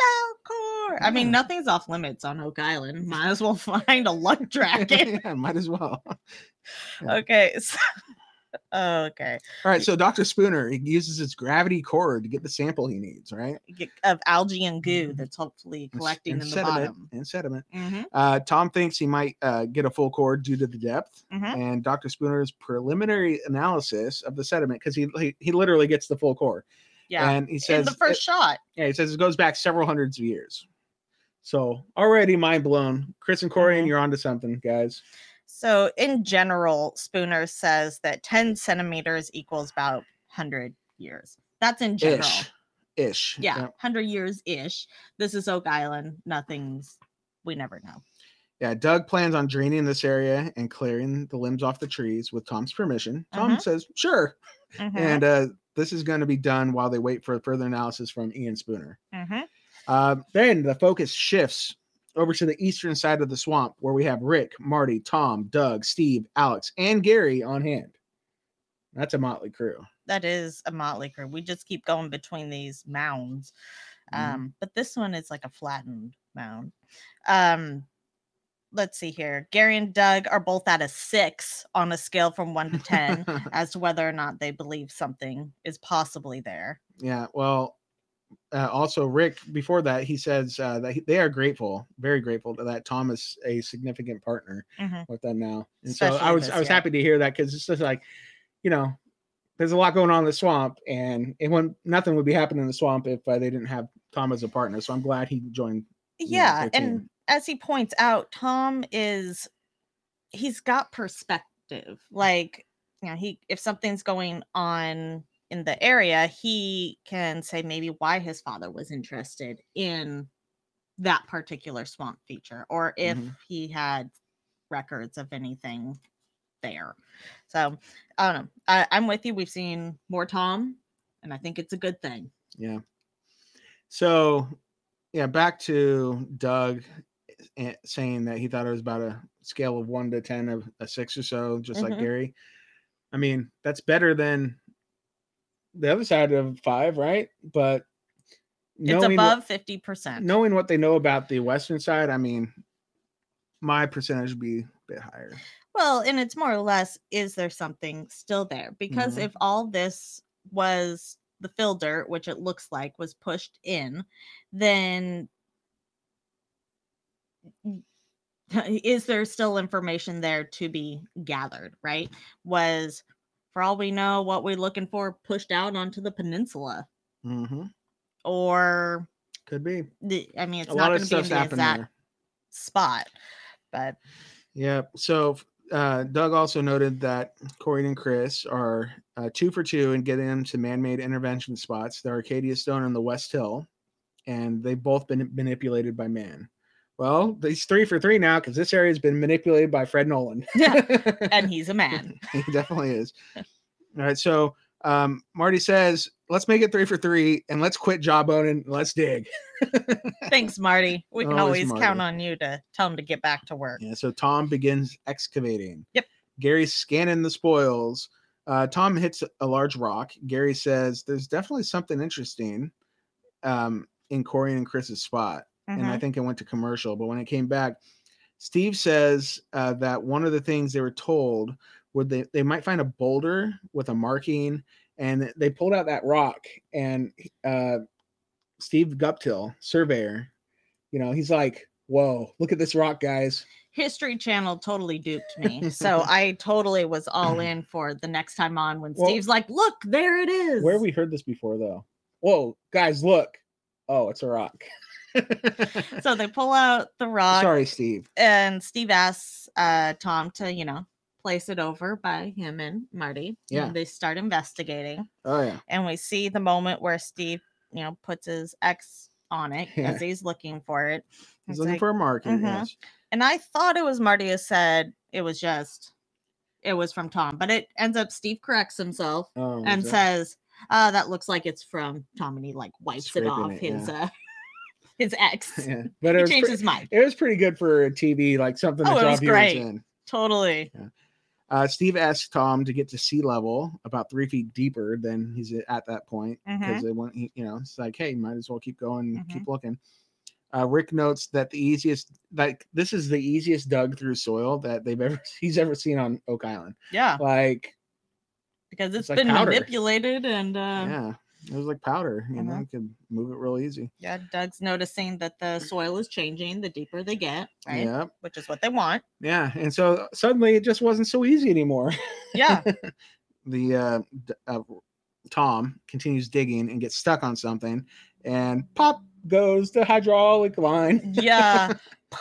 Speaker 2: Falcor. I mean,
Speaker 1: Yeah.
Speaker 2: nothing's off limits on Oak Island. Might as well find a luck dragon.
Speaker 1: yeah, might as well. All Yeah.
Speaker 2: okay. So, okay.
Speaker 1: right, so Doctor Spooner he uses his gravity cord to get the sample he needs. Right,
Speaker 2: Get- Of algae and
Speaker 1: Mm-hmm.
Speaker 2: goo that's hopefully collecting in the
Speaker 1: sediment,
Speaker 2: bottom.
Speaker 1: and sediment.
Speaker 2: Mm-hmm.
Speaker 1: Uh, Tom thinks he might uh, get a full cord due to the depth
Speaker 2: Mhm.
Speaker 1: and Dr. Spooner's preliminary analysis of the sediment because he, he he literally gets the full cord.
Speaker 2: Yeah.
Speaker 1: And he
Speaker 2: in
Speaker 1: says
Speaker 2: the first shot.
Speaker 1: it, yeah, he says it goes back several hundreds of years. So already mind blown. Chris and Corey,
Speaker 2: Mhm.
Speaker 1: you're onto something, guys.
Speaker 2: So, in general, Spooner says that 10 centimeters equals about 100 years. That's in general.
Speaker 1: Ish. Ish.
Speaker 2: Yeah, 100 years ish. This is Oak Island. Nothing's, we never know.
Speaker 1: Yeah, Doug plans on draining this area and clearing the limbs off the trees with Tom's permission. Tom
Speaker 2: Mhm.
Speaker 1: says, sure.
Speaker 2: Mhm,
Speaker 1: And uh, this is going to be done while they wait for further analysis from Ian Spooner.
Speaker 2: mhm.
Speaker 1: Uh, then the focus shifts over to the eastern side of the swamp where we have Rick, Marty, Tom, Doug, Steve, Alex, and Gary on hand. That's a motley crew.
Speaker 2: That is a motley crew. We just keep going between these mounds.
Speaker 1: Mhm.
Speaker 2: Um, but this one is like a flattened mound. Um, let's see here. Gary and Doug are both at a six on a scale from one to 10 as to whether or not they believe something is possibly there.
Speaker 1: yeah. Well, uh, also, Rick, before that, he says uh, that he, they are grateful, very grateful to that Tom is a significant partner
Speaker 2: Mhm.
Speaker 1: with them now. And so I
Speaker 2: Especially
Speaker 1: was,
Speaker 2: this
Speaker 1: I was
Speaker 2: year.
Speaker 1: happy to hear that because it's just like, you know, there's a lot going on in the swamp, and it wouldn't, nothing would be happening in the swamp if uh, they didn't have Tom as a partner. So I'm glad he joined
Speaker 2: Yeah.
Speaker 1: their
Speaker 2: And
Speaker 1: team.
Speaker 2: as he points out, Tom is, he's got perspective. Like, you know, he, if something's going on in the area, he can say maybe why his father was interested in that particular swamp feature or if
Speaker 1: Mhm.
Speaker 2: he had records of anything there. So I don't know. I, I'm with you. We've seen more Tom, and I think it's a good thing.
Speaker 1: Yeah. So, yeah, back to Doug eh, saying that he thought it was about a scale of one to 10 of a six or so, just
Speaker 2: Mhm.
Speaker 1: like Gary. I mean, that's better than the other side of five, right? But
Speaker 2: It's
Speaker 1: what-
Speaker 2: above fifty percent.
Speaker 1: knowing what they know about the Western side, I mean, my percentage would be a bit higher.
Speaker 2: Well, and it's more or less is there something still there? Because
Speaker 1: Mhm.
Speaker 2: if all this was the fill dirt, which it looks like was pushed in, then n- is there still information there to be gathered, right? Was for all we know what we're looking for pushed out onto the peninsula
Speaker 1: hmm
Speaker 2: or
Speaker 1: Could be.
Speaker 2: the, I mean it's
Speaker 1: a
Speaker 2: not
Speaker 1: lot
Speaker 2: going
Speaker 1: of
Speaker 2: to be in
Speaker 1: stuff's
Speaker 2: the
Speaker 1: happening
Speaker 2: exact
Speaker 1: there.
Speaker 2: spot. But
Speaker 1: Yeah. So uh, Doug also noted that Corey and Chris are uh, two for two in getting them to man-made intervention spots, the Arcadia Stone and the West Hill, and they've both been manipulated by man. Well, these three for three now because this area has been manipulated by Fred Nolan.
Speaker 2: and he's a man.
Speaker 1: he definitely is. All right. So um, Marty says, "Let's make it three for three, and let's quit jawboning. and Let's dig."
Speaker 2: Thanks, Marty. We can
Speaker 1: Always
Speaker 2: always, count
Speaker 1: Marty.
Speaker 2: on you to tell him to get back to work.
Speaker 1: Yeah, so Tom begins excavating.
Speaker 2: Yep.
Speaker 1: Gary's scanning the spoils. Uh, Tom hits a large rock. Gary says, There's definitely something interesting um, in Corey and Chris's spot. And I
Speaker 2: Mhm.
Speaker 1: think it went to commercial. But when it came back, Steve says uh, that one of the things they were told would they, they might find a boulder with a marking. And they pulled out that rock. And uh, Steve Guptill, surveyor, you know, he's like, Whoa, look at this rock, guys.
Speaker 2: History Channel totally duped me. so I totally was all in for the next time on when
Speaker 1: Well-
Speaker 2: Steve's like, look, there it is.
Speaker 1: Where we heard this before though? Whoa, guys, look! Oh, it's a rock.
Speaker 2: So uh, they pull out the rock
Speaker 1: Sorry, Steve.
Speaker 2: and Steve asks uh, Tom to, you know, place it over by him and Marty.
Speaker 1: Yeah.
Speaker 2: And they start investigating.
Speaker 1: Oh yeah,
Speaker 2: and we see the moment where Steve, you know, puts his X on it
Speaker 1: Yeah.
Speaker 2: as he's looking for it.
Speaker 1: he's
Speaker 2: It's
Speaker 1: looking
Speaker 2: like-
Speaker 1: for a marking.
Speaker 2: mhm.
Speaker 1: Yes.
Speaker 2: and I thought it was Marty who said it was just it was from Tom, but it ends up Steve corrects himself
Speaker 1: Oh,
Speaker 2: and "Oh,
Speaker 1: is that-
Speaker 2: says, uh, that looks like it's from Tom and he like wipes
Speaker 1: Scraping
Speaker 2: it off
Speaker 1: it,
Speaker 2: his uh his ex.
Speaker 1: yeah. But it
Speaker 2: He
Speaker 1: was,
Speaker 2: changed
Speaker 1: pre-
Speaker 2: his mind.
Speaker 1: it was pretty good for TV, like something
Speaker 2: Oh,
Speaker 1: to
Speaker 2: it
Speaker 1: draw
Speaker 2: was
Speaker 1: viewers
Speaker 2: great.
Speaker 1: in.
Speaker 2: Totally.
Speaker 1: Uh, Steve asked Tom to get to sea level, about three feet deeper than he's at that point,
Speaker 2: Mm-hmm.
Speaker 1: because they want he- you know it's like, hey, might as well keep going, keep looking. Uh, Rick notes that the easiest, like this is the easiest dug through soil that they've ever he's ever seen on Oak Island.
Speaker 2: Yeah,
Speaker 1: Like,
Speaker 2: because
Speaker 1: It's
Speaker 2: it's
Speaker 1: like
Speaker 2: been
Speaker 1: powder.
Speaker 2: manipulated and uh, yeah.
Speaker 1: yeah, it was like powder. You know,
Speaker 2: Uh-huh.
Speaker 1: you could move it real easy.
Speaker 2: Doug's noticing that the soil is changing the deeper they get, right?
Speaker 1: Yeah,
Speaker 2: Which is what they want.
Speaker 1: yeah. And so suddenly it just wasn't so easy anymore.
Speaker 2: Yeah.
Speaker 1: the uh, d- uh, Tom continues digging and gets stuck on something, and pop goes the hydraulic line.
Speaker 2: yeah.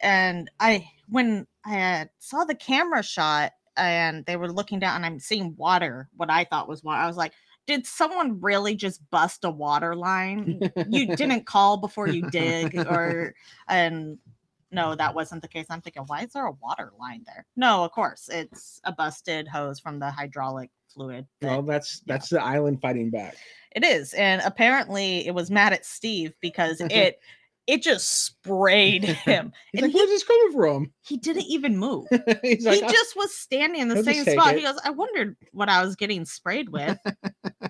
Speaker 2: And I when I uh, saw the camera shot and they were looking down and I'm seeing water, what I thought was water. I was like, did someone really just bust a water line? you didn't call before you dig or and no that wasn't the case i'm thinking why is there a water line there no of course it's a busted hose from the hydraulic fluid that-
Speaker 1: Well, that's
Speaker 2: Yeah.
Speaker 1: that's the island fighting back.
Speaker 2: it is and apparently it was mad at steve because it it just sprayed him
Speaker 1: Mm-hmm. He's
Speaker 2: And
Speaker 1: like, where's this coming from?
Speaker 2: he didn't even move
Speaker 1: He's
Speaker 2: he
Speaker 1: like, "Ah, "I-
Speaker 2: just was standing in the
Speaker 1: he'll just
Speaker 2: same
Speaker 1: take
Speaker 2: spot
Speaker 1: it.
Speaker 2: he goes i wondered what i was getting sprayed with
Speaker 1: "I'll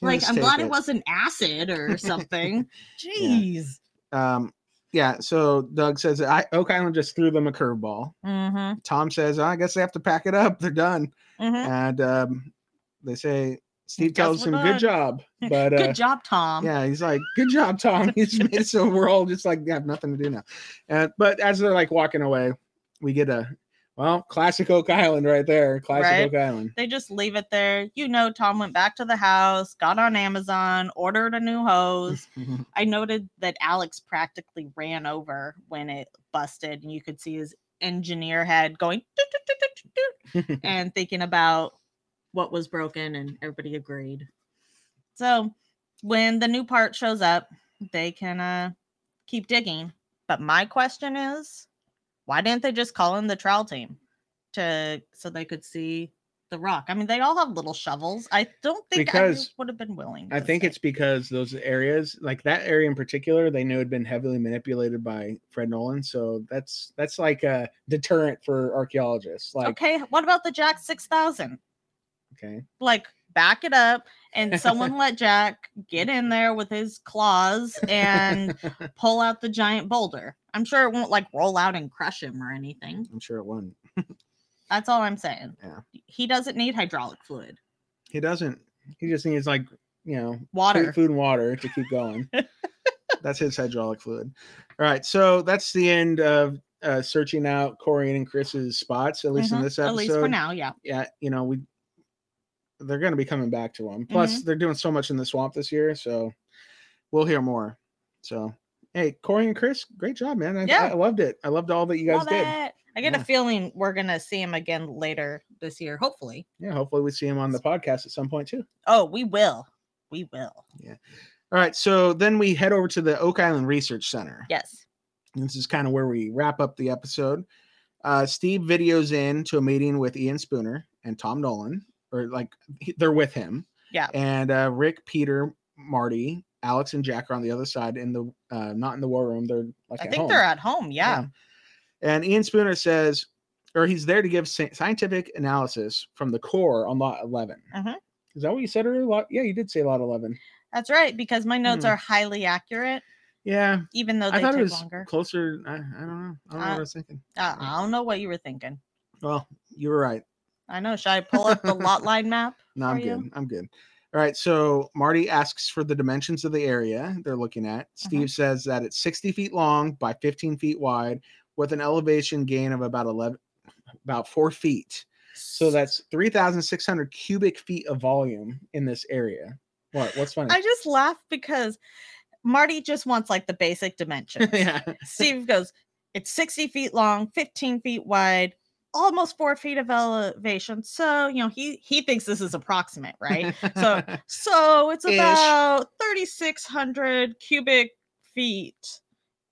Speaker 2: like
Speaker 1: just
Speaker 2: i'm
Speaker 1: take
Speaker 2: glad it wasn't acid or something jeez
Speaker 1: Um, yeah. So Doug says, I, Oak Island just threw them a curveball.
Speaker 2: mm-hmm,
Speaker 1: Tom says, I guess they have to pack it up. They're done.
Speaker 2: mm-hmm.
Speaker 1: And um, they say, Steve
Speaker 2: Guess
Speaker 1: tells him,
Speaker 2: we're
Speaker 1: good
Speaker 2: done."
Speaker 1: job. But uh,
Speaker 2: good job tom
Speaker 1: Yeah, he's like, good job, Tom. He's made it so we're all just like "Yeah, have nothing to do now. Uh, but as they're like walking away, we get a well, classic Oak Island right there. Classic
Speaker 2: Right.
Speaker 1: Oak Island.
Speaker 2: they just leave it there. You know, Tom went back to the house, got on Amazon, ordered a new hose. I noted that Alex practically ran over when it busted, and you could see his engineer head going "Doot, doot, doot, doot, doot," and thinking about what was broken, and everybody agreed. So when the new part shows up, they can uh, keep digging. But my question is, why didn't they just call in the trowel team to so they could see the rock? I mean, they all have little shovels. I don't think
Speaker 1: Because
Speaker 2: I would have been willing.
Speaker 1: I
Speaker 2: to
Speaker 1: think
Speaker 2: say-
Speaker 1: it's because those areas, like that area in particular, they knew had been heavily manipulated by Fred Nolan. So that's that's like a deterrent for archaeologists. Like,
Speaker 2: okay. What about the Jack Six Thousand?
Speaker 1: okay,
Speaker 2: Like, back it up, and someone let Jack get in there with his claws and pull out the giant boulder. I'm sure it won't like roll out and crush him or anything.
Speaker 1: I'm sure it wouldn't.
Speaker 2: That's all I'm saying.
Speaker 1: Yeah.
Speaker 2: He doesn't need hydraulic fluid,
Speaker 1: He doesn't. He just needs like you know
Speaker 2: water.
Speaker 1: Food, food and water to keep going. that's his hydraulic fluid. All right, so that's the end of uh, searching out Corey and Chris's spots, at least
Speaker 2: Mhm,
Speaker 1: in this episode.
Speaker 2: At least for now, yeah.
Speaker 1: Yeah, you know we they're going to be coming back to them.
Speaker 2: Mm-hmm.
Speaker 1: Plus, they're doing so much in the swamp this year, so we'll hear more. So, hey, Corey and Chris, great job, man. I,
Speaker 2: Yeah.
Speaker 1: I loved it. I loved all that you guys
Speaker 2: Love
Speaker 1: did.
Speaker 2: it. I get
Speaker 1: Yeah.
Speaker 2: a feeling we're gonna see him again later this year, hopefully.
Speaker 1: Yeah, hopefully we see him on the podcast at some point too.
Speaker 2: Oh, we will. We will.
Speaker 1: All right, so then we head over to the Oak Island Research Center.
Speaker 2: Yes.
Speaker 1: this is kind of where we wrap up the episode. Uh, Steve videos in to a meeting with Ian Spooner and Tom Nolan, or like he- they're with him.
Speaker 2: Yeah.
Speaker 1: And uh, Rick, Peter, Marty, Alex, and Jack are on the other side in the uh, not in the war room. They're like
Speaker 2: I
Speaker 1: at
Speaker 2: think
Speaker 1: home.
Speaker 2: they're at home. Yeah.
Speaker 1: And Ian Spooner says, or he's there to give sci- scientific analysis from the core on lot 11.
Speaker 2: Mhm.
Speaker 1: Is that what you said earlier? Lot, yeah, you did say lot 11.
Speaker 2: That's right, because my notes
Speaker 1: Hmm.
Speaker 2: are highly accurate,
Speaker 1: Yeah.
Speaker 2: even though
Speaker 1: I
Speaker 2: they
Speaker 1: thought
Speaker 2: took
Speaker 1: it was
Speaker 2: longer.
Speaker 1: closer. I, I don't know. I don't know what I
Speaker 2: Uh,
Speaker 1: was thinking.
Speaker 2: Uh, I don't know what you were thinking.
Speaker 1: Well, you were right.
Speaker 2: I know. Should I pull up the lot line map?
Speaker 1: No, I'm
Speaker 2: for you?
Speaker 1: good. I'm good. All right. So Marty asks for the dimensions of the area they're looking
Speaker 2: Uh-huh.
Speaker 1: at. Steve says that it's 60 feet long by 15 feet wide, with an elevation gain of about 11, about four feet. So that's 3,600 cubic feet of volume in this area. What? What's funny?
Speaker 2: I just laugh because Marty just wants like the basic dimensions.
Speaker 1: yeah.
Speaker 2: Steve goes, it's 60 feet long, 15 feet wide, almost four feet of elevation. So, you know, he he thinks this is approximate, right? So- so it's
Speaker 1: Ish.
Speaker 2: about 3,600 cubic feet.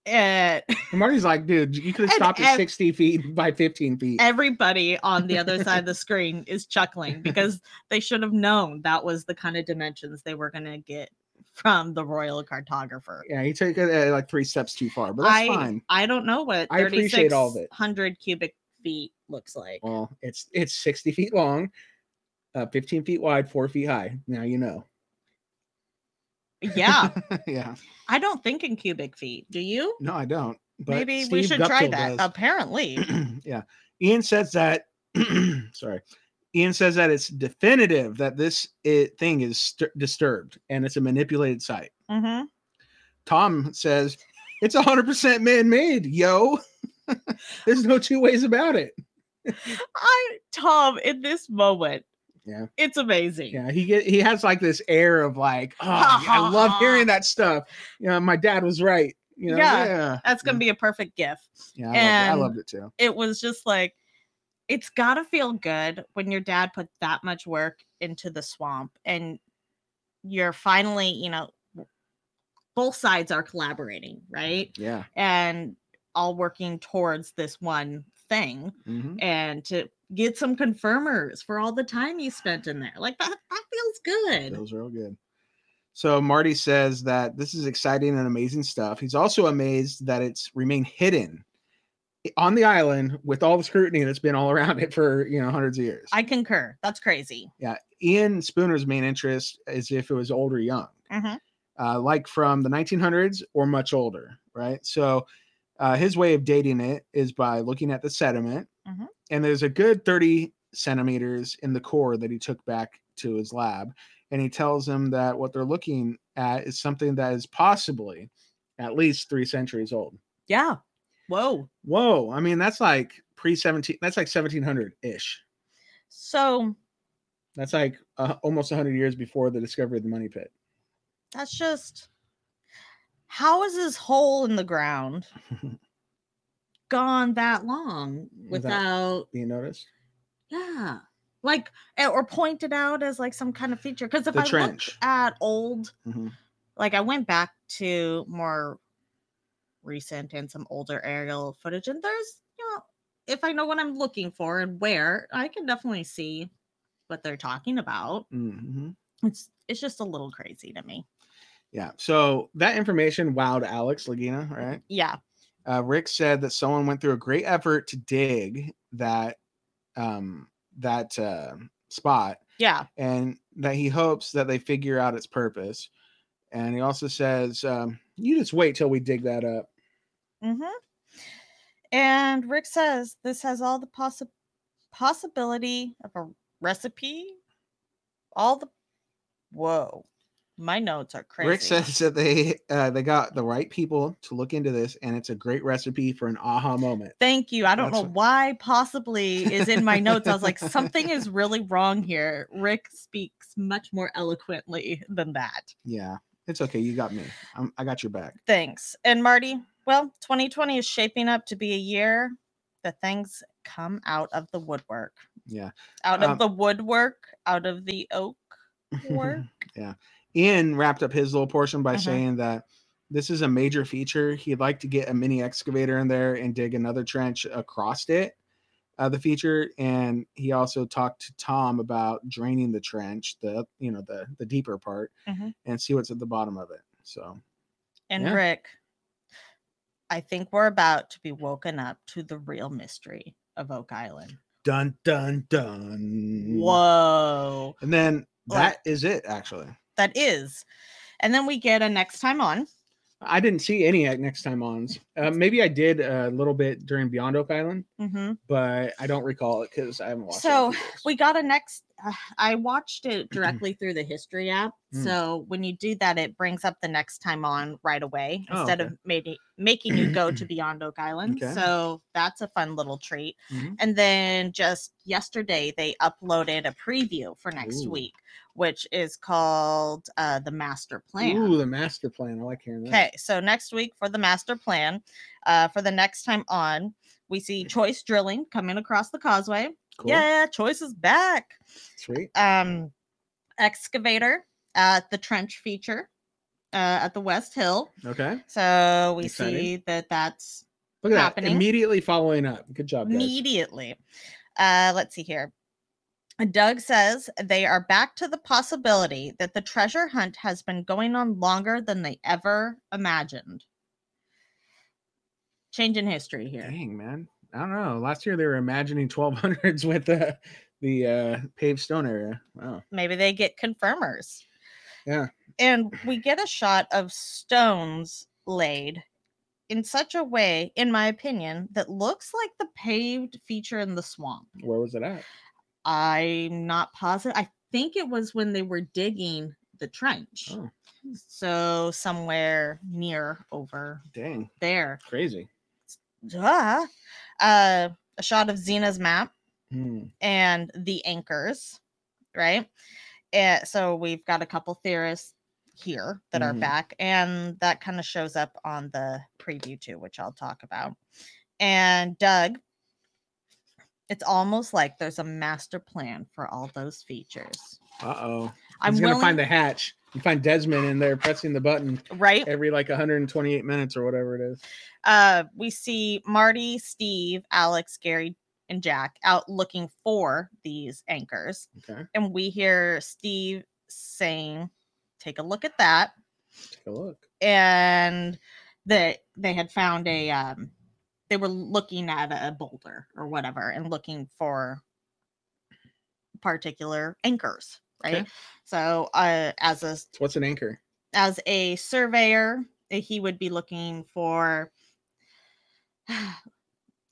Speaker 2: And
Speaker 1: And Marty's like, dude, you could have
Speaker 2: And
Speaker 1: stopped at
Speaker 2: ev-
Speaker 1: 60 feet by 15 feet.
Speaker 2: everybody on the other side of the screen is chuckling because they should have known that was the kind of dimensions they were going to get from the royal cartographer.
Speaker 1: Yeah, he took it uh, like three steps too far, but that's
Speaker 2: I
Speaker 1: fine.
Speaker 2: I don't know what
Speaker 1: I appreciate all of it.
Speaker 2: 3,600 cubic feet looks like.
Speaker 1: Well, it's it's 60 feet long, uh, 15 feet wide, four feet high. Now you know.
Speaker 2: yeah,
Speaker 1: yeah.
Speaker 2: I don't think in cubic feet. Do you?
Speaker 1: No, I don't. But
Speaker 2: Maybe we
Speaker 1: Steve
Speaker 2: should try
Speaker 1: Guptill
Speaker 2: that.
Speaker 1: does.
Speaker 2: Apparently,
Speaker 1: yeah. Ian says that. sorry. Ian says that it's definitive that this it, thing is st- disturbed and it's a manipulated site.
Speaker 2: Mhm.
Speaker 1: Tom says it's 100% man made, yo. There's no two ways about it.
Speaker 2: I Tom in this moment.
Speaker 1: Yeah.
Speaker 2: it's amazing.
Speaker 1: Yeah, he get, he has like this air of like, oh, I love hearing that stuff. You know, my dad was right. You know,
Speaker 2: Yeah.
Speaker 1: yeah,
Speaker 2: That's gonna be a perfect gift.
Speaker 1: yeah, I,
Speaker 2: and-
Speaker 1: loved it. I loved it too.
Speaker 2: It was just like, it's gotta feel good when your dad put that much work into the swamp, and you're finally, you know, both sides are collaborating, right?
Speaker 1: Yeah,
Speaker 2: and all working towards this one thing
Speaker 1: mhm.
Speaker 2: and to get some confirmers for all the time you spent in there. Like that that feels good.
Speaker 1: Those are real good. So Marty says that this is exciting and amazing stuff. He's also amazed that it's remained hidden eh, on the island with all the scrutiny that's been all around it for you know hundreds of years.
Speaker 2: I concur. That's crazy.
Speaker 1: yeah, Ian Spooner's main interest is if it was old or young.
Speaker 2: Mhm.
Speaker 1: uh, like from the 1900s or much older, right? So uh, his way of dating it is by looking at the sediment,
Speaker 2: Mhm.
Speaker 1: and there's a good 30 centimeters in the core that he took back to his lab, and he tells him that what they're looking at is something that is possibly at least three centuries old.
Speaker 2: Yeah. Whoa.
Speaker 1: Whoa! I mean, that's like pre 17. That's like 1700 ish.
Speaker 2: So
Speaker 1: That's like uh, almost 100 years before the discovery of the money pit.
Speaker 2: that's just how is this hole in the ground gone that long without
Speaker 1: You noticed
Speaker 2: yeah. Like eh, or pointed out as like some kind of feature. Because if
Speaker 1: the
Speaker 2: I
Speaker 1: trench.
Speaker 2: look at old
Speaker 1: Mhm.
Speaker 2: like I went back to more recent and some older aerial footage, and there's you know if I know what I'm looking for and where, I can definitely see what they're talking about.
Speaker 1: Mhm.
Speaker 2: It's it's just a little crazy to me.
Speaker 1: Yeah. So that information wowed Alex Lagina, right?
Speaker 2: Yeah.
Speaker 1: Uh, Rick said that someone went through a great effort to dig that um, that uh, spot,
Speaker 2: Yeah.
Speaker 1: and that he hopes that they figure out its purpose. And he also says, um, "You just wait till we dig that up."
Speaker 2: Mm-hmm. And Rick says this has all the possi- possibility of a recipe. All the whoa. My notes are crazy.
Speaker 1: Rick says that they uh, they got the right people to look into this, and it's a great recipe for an aha moment.
Speaker 2: Thank you. I don't
Speaker 1: That's
Speaker 2: know
Speaker 1: a-
Speaker 2: why possibly is in my notes. I was like, something is really wrong here. Rick speaks much more eloquently than that.
Speaker 1: Yeah, it's okay. You got me. I'm, I got your back.
Speaker 2: Thanks. And Marty, well, 2020 is shaping up to be a year that things come out of the woodwork,
Speaker 1: Yeah.
Speaker 2: out of
Speaker 1: Um,
Speaker 2: the woodwork, out of the oak work.
Speaker 1: yeah. Ian wrapped up his little portion by
Speaker 2: Mhm.
Speaker 1: saying that this is a major feature. He'd like to get a mini excavator in there and dig another trench across it, uh, the feature. And he also talked to Tom about draining the trench, the you know the the deeper part,
Speaker 2: Mhm.
Speaker 1: and see what's at the bottom of it. So
Speaker 2: and
Speaker 1: Yeah.
Speaker 2: Rick, I think we're about to be woken up to the real mystery of Oak Island.
Speaker 1: dun dun dun.
Speaker 2: Whoa.
Speaker 1: And then
Speaker 2: Like-
Speaker 1: that is it. Actually,
Speaker 2: that is. And then we get a next time on.
Speaker 1: I didn't see any at next time on. Uh, maybe I did a little bit during Beyond Oak Island,
Speaker 2: Mm-hmm.
Speaker 1: but I don't recall it because I haven't watched. it in a
Speaker 2: So,
Speaker 1: few days.
Speaker 2: We got a next. Uh, I watched it directly through the history app.
Speaker 1: Mm.
Speaker 2: So when you do that, it brings up the next time on right away
Speaker 1: Oh,
Speaker 2: instead
Speaker 1: okay.
Speaker 2: of maybe making you go to Beyond Oak Island.
Speaker 1: Okay.
Speaker 2: So that's a fun little treat.
Speaker 1: Mhm.
Speaker 2: And then just yesterday, they uploaded a preview for next
Speaker 1: Ooh.
Speaker 2: week, which is called uh, the Master Plan.
Speaker 1: Ooh, the master plan. I like hearing that.
Speaker 2: Okay, so next week for the master plan, uh, for the next time on, we see Choice Drilling coming across the causeway.
Speaker 1: Cool.
Speaker 2: Yeah, Choice is back.
Speaker 1: Sweet.
Speaker 2: Um, excavator at the trench feature uh, at the West Hill.
Speaker 1: Okay.
Speaker 2: So we
Speaker 1: Exciting.
Speaker 2: see that that's
Speaker 1: Look at
Speaker 2: Happening.
Speaker 1: that. Immediately following up. Good job, guys.
Speaker 2: immediately. Uh, let's see here. Doug says they are back to the possibility that the treasure hunt has been going on longer than they ever imagined. Change in history here.
Speaker 1: Dang, man. I don't know. Last year they were imagining 1200s with the the uh, paved stone area. Wow.
Speaker 2: Maybe they get confirmers.
Speaker 1: Yeah.
Speaker 2: And we get a shot of stones laid in such a way, in my opinion, that looks like the paved feature in the swamp.
Speaker 1: Where was it at?
Speaker 2: I'm not positive. I think it was when they were digging the trench.
Speaker 1: Oh,
Speaker 2: So somewhere near over
Speaker 1: dang.
Speaker 2: there.
Speaker 1: Crazy.
Speaker 2: Duh. Uh, a shot of Xena's map
Speaker 1: Hmm.
Speaker 2: and the anchors, right? And so we've got a couple theorists here that are
Speaker 1: Mhm.
Speaker 2: back, and that kind of shows up on the preview too, which I'll talk about. And Doug, it's almost like there's a master plan for all those features.
Speaker 1: Uh oh.
Speaker 2: I'm
Speaker 1: He's
Speaker 2: willing,
Speaker 1: gonna find the hatch. You find Desmond in there pressing the button
Speaker 2: right.
Speaker 1: every like 128 minutes or whatever it is.
Speaker 2: uh, we see Marty, Steve, Alex, Gary, and Jack out looking for these anchors.
Speaker 1: Okay,
Speaker 2: And we hear Steve saying, Take a look at that.
Speaker 1: take a look.
Speaker 2: And that they had found a, um, they were looking at a boulder or whatever and looking for particular anchors, right?
Speaker 1: Okay.
Speaker 2: So, uh, as a
Speaker 1: So what's an anchor?
Speaker 2: as a surveyor, eh, he would be looking for.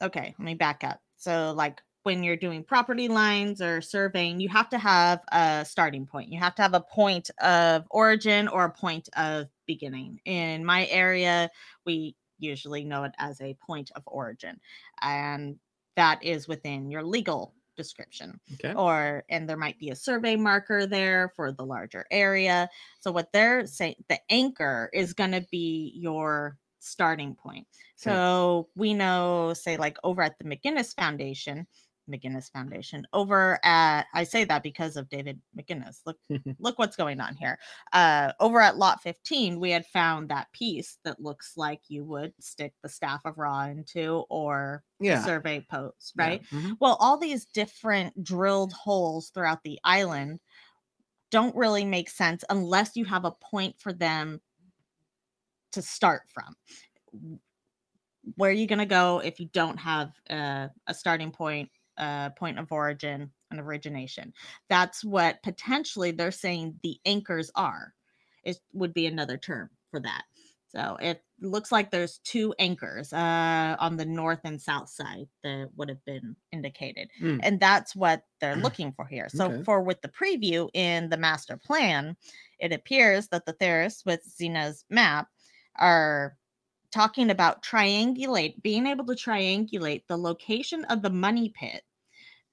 Speaker 2: okay, let me back up. So, like when you're doing property lines or surveying, you have to have a starting point. You have to have a point of origin or a point of beginning. In my area, we usually know it as a point of origin, and that is within your legal description
Speaker 1: Okay.
Speaker 2: or and there might be a survey marker there for the larger area. So what they're saying, the anchor is going to be your starting point.
Speaker 1: Okay.
Speaker 2: So we know, say, like over at the McGinnis Foundation, McGinnis Foundation, over at I say that because of David McGinnis. Look, look what's going on here. Uh, over at Lot 15, we had found that piece that looks like you would stick the staff of Ra into or the
Speaker 1: Yeah.
Speaker 2: survey post, right?
Speaker 1: Yeah. Mhm.
Speaker 2: Well, all these different drilled holes throughout the island don't really make sense unless you have a point for them to start from. W- Where are you going to go if you don't have uh, a starting point, uh, point of origin, and origination? That's what potentially they're saying the anchors are. It would be another term for that. So it looks like there's two anchors uh, on the north and south side that would have been indicated.
Speaker 1: Mm.
Speaker 2: And that's what they're looking for here. So,
Speaker 1: Okay.
Speaker 2: for with the preview in the master plan, it appears that the theorists with Xena's map are talking about triangulate, being able to triangulate the location of the money pit.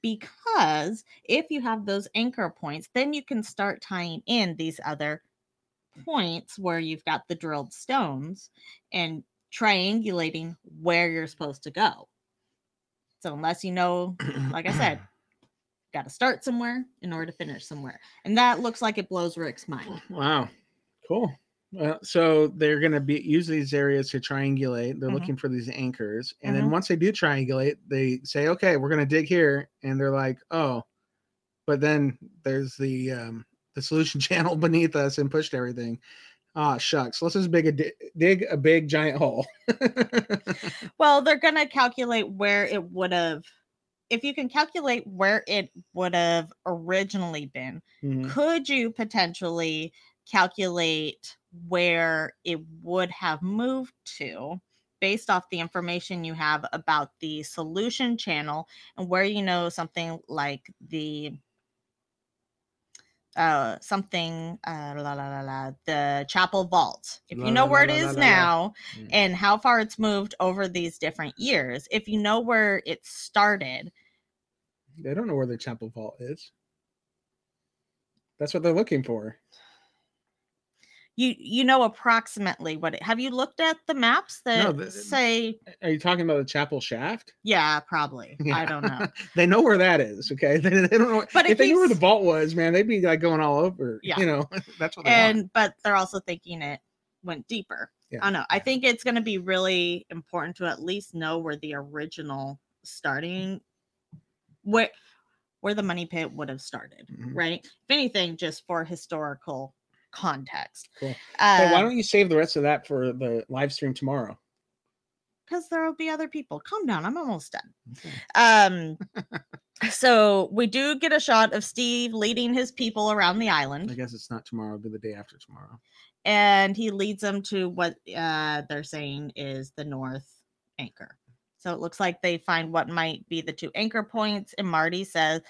Speaker 2: Because if you have those anchor points, then you can start tying in these other points where you've got the drilled stones and triangulating where you're supposed to go. So, unless you know
Speaker 1: Mm-hmm.
Speaker 2: like I said, got to start somewhere in order to finish somewhere. And that looks like it blows Rick's mind.
Speaker 1: Wow. Cool. Well, so they're going to be use these areas to triangulate. They're
Speaker 2: Mhm.
Speaker 1: looking for these anchors, and
Speaker 2: Mhm.
Speaker 1: then once they do triangulate, they say, "Okay, we're going to dig here," and they're like, "Oh," but then there's the um, the solution channel beneath us and pushed everything. Ah, shucks. Let's just big a di- dig a big giant hole.
Speaker 2: Well, they're going to calculate where it would have, if you can calculate where it would have originally been,
Speaker 1: Mhm.
Speaker 2: could you potentially calculate where it would have moved to based off the information you have about the solution channel and where you know something like the uh something uh la la la la the chapel vault if
Speaker 1: La,
Speaker 2: you know
Speaker 1: la,
Speaker 2: where it
Speaker 1: la, la,
Speaker 2: is
Speaker 1: la, la.
Speaker 2: now
Speaker 1: Mm.
Speaker 2: and how far it's moved over these different years if you know where it started
Speaker 1: They don't know where their temple vault is. That's what they're looking for.
Speaker 2: you you know approximately what it have you looked at the maps that
Speaker 1: No, the-
Speaker 2: say
Speaker 1: Are you talking about the chapel shaft?
Speaker 2: yeah probably i
Speaker 1: Yeah.
Speaker 2: don't know
Speaker 1: they know where that is. Okay. They, they don't know.
Speaker 2: But
Speaker 1: if
Speaker 2: if
Speaker 1: they knew where the
Speaker 2: he's-
Speaker 1: vault was, man, they'd be like going all over.
Speaker 2: Yeah.
Speaker 1: You know, that's what they want.
Speaker 2: and but they're also thinking it went deeper
Speaker 1: Yeah,
Speaker 2: i don't know i
Speaker 1: yeah.
Speaker 2: think it's going to be really important to at least know where the original starting where where the money pit would have started,
Speaker 1: Mhm.
Speaker 2: right? If anything, just for historical context. uh,
Speaker 1: Cool. Hey, why
Speaker 2: Because
Speaker 1: don't you save the rest of that for the live stream tomorrow?
Speaker 2: there will be other people. Calm down. I'm almost done.
Speaker 1: Okay.
Speaker 2: Um, so we do get a shot of Steve leading his people around the
Speaker 1: I
Speaker 2: island,
Speaker 1: guess it's not tomorrow, it'll be the day after tomorrow.
Speaker 2: and he leads them to what uh, they're saying is the north anchor. So it looks like they find what might be the two anchor points, and Marty says,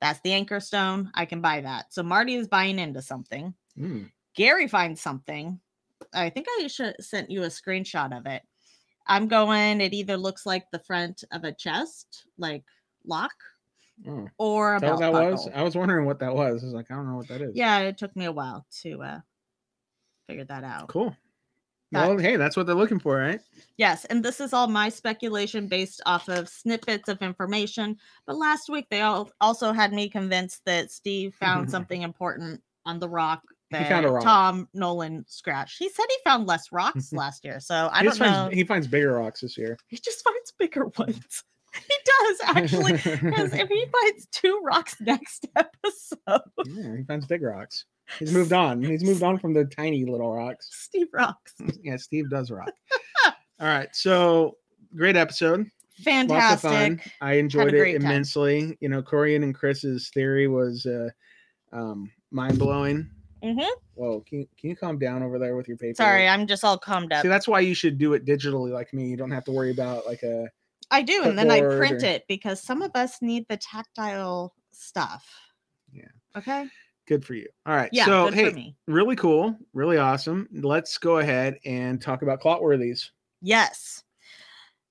Speaker 2: "That's the anchor stone. I can buy that." So Marty is buying into something.
Speaker 1: Mm.
Speaker 2: Gary finds something. I think I should sent you a screenshot of it. I'm going. It either looks like the front of a chest, like lock,
Speaker 1: Oh. Is
Speaker 2: or a
Speaker 1: that what that
Speaker 2: belt buckle.
Speaker 1: was? I was wondering what that was. I was like, I don't know what that is.
Speaker 2: Yeah, it took me a while to uh figure that out.
Speaker 1: Cool.
Speaker 2: That-
Speaker 1: Well, hey, that's what they're looking for, right?
Speaker 2: Yes, and this is all my speculation based off of snippets of information. But last week they all also had me convinced that Steve found something important on the rock
Speaker 1: He
Speaker 2: that
Speaker 1: found a rock.
Speaker 2: Tom Nolan scratched. He said he found less rocks last year, so I
Speaker 1: he
Speaker 2: don't
Speaker 1: just
Speaker 2: know.
Speaker 1: finds, he finds bigger rocks this year.
Speaker 2: He just finds bigger ones. He does actually. Because if he finds two rocks next episode,
Speaker 1: yeah, he finds big rocks. He's moved on. He's moved on from the tiny little rocks.
Speaker 2: Steve rocks.
Speaker 1: Yeah, Steve does rock. All right. So great episode.
Speaker 2: Fantastic.
Speaker 1: Lots of fun. I enjoyed
Speaker 2: great
Speaker 1: it
Speaker 2: time.
Speaker 1: immensely. You know, Corian and Chris's theory was uh, um, mind blowing.
Speaker 2: Mhm.
Speaker 1: Whoa, can you, can you calm down over there with your paper?
Speaker 2: Sorry, I'm just all calmed up.
Speaker 1: See, that's why you should do it digitally like me. You don't have to worry about like uh, a
Speaker 2: I do, and then I
Speaker 1: clipboard
Speaker 2: print
Speaker 1: or-
Speaker 2: it because some of us need the tactile stuff.
Speaker 1: Yeah.
Speaker 2: Okay.
Speaker 1: good for you. All right.
Speaker 2: Yeah.
Speaker 1: so
Speaker 2: good
Speaker 1: hey,
Speaker 2: for me.
Speaker 1: really cool, really awesome. Let's go ahead and talk about Clotworthies.
Speaker 2: Yes.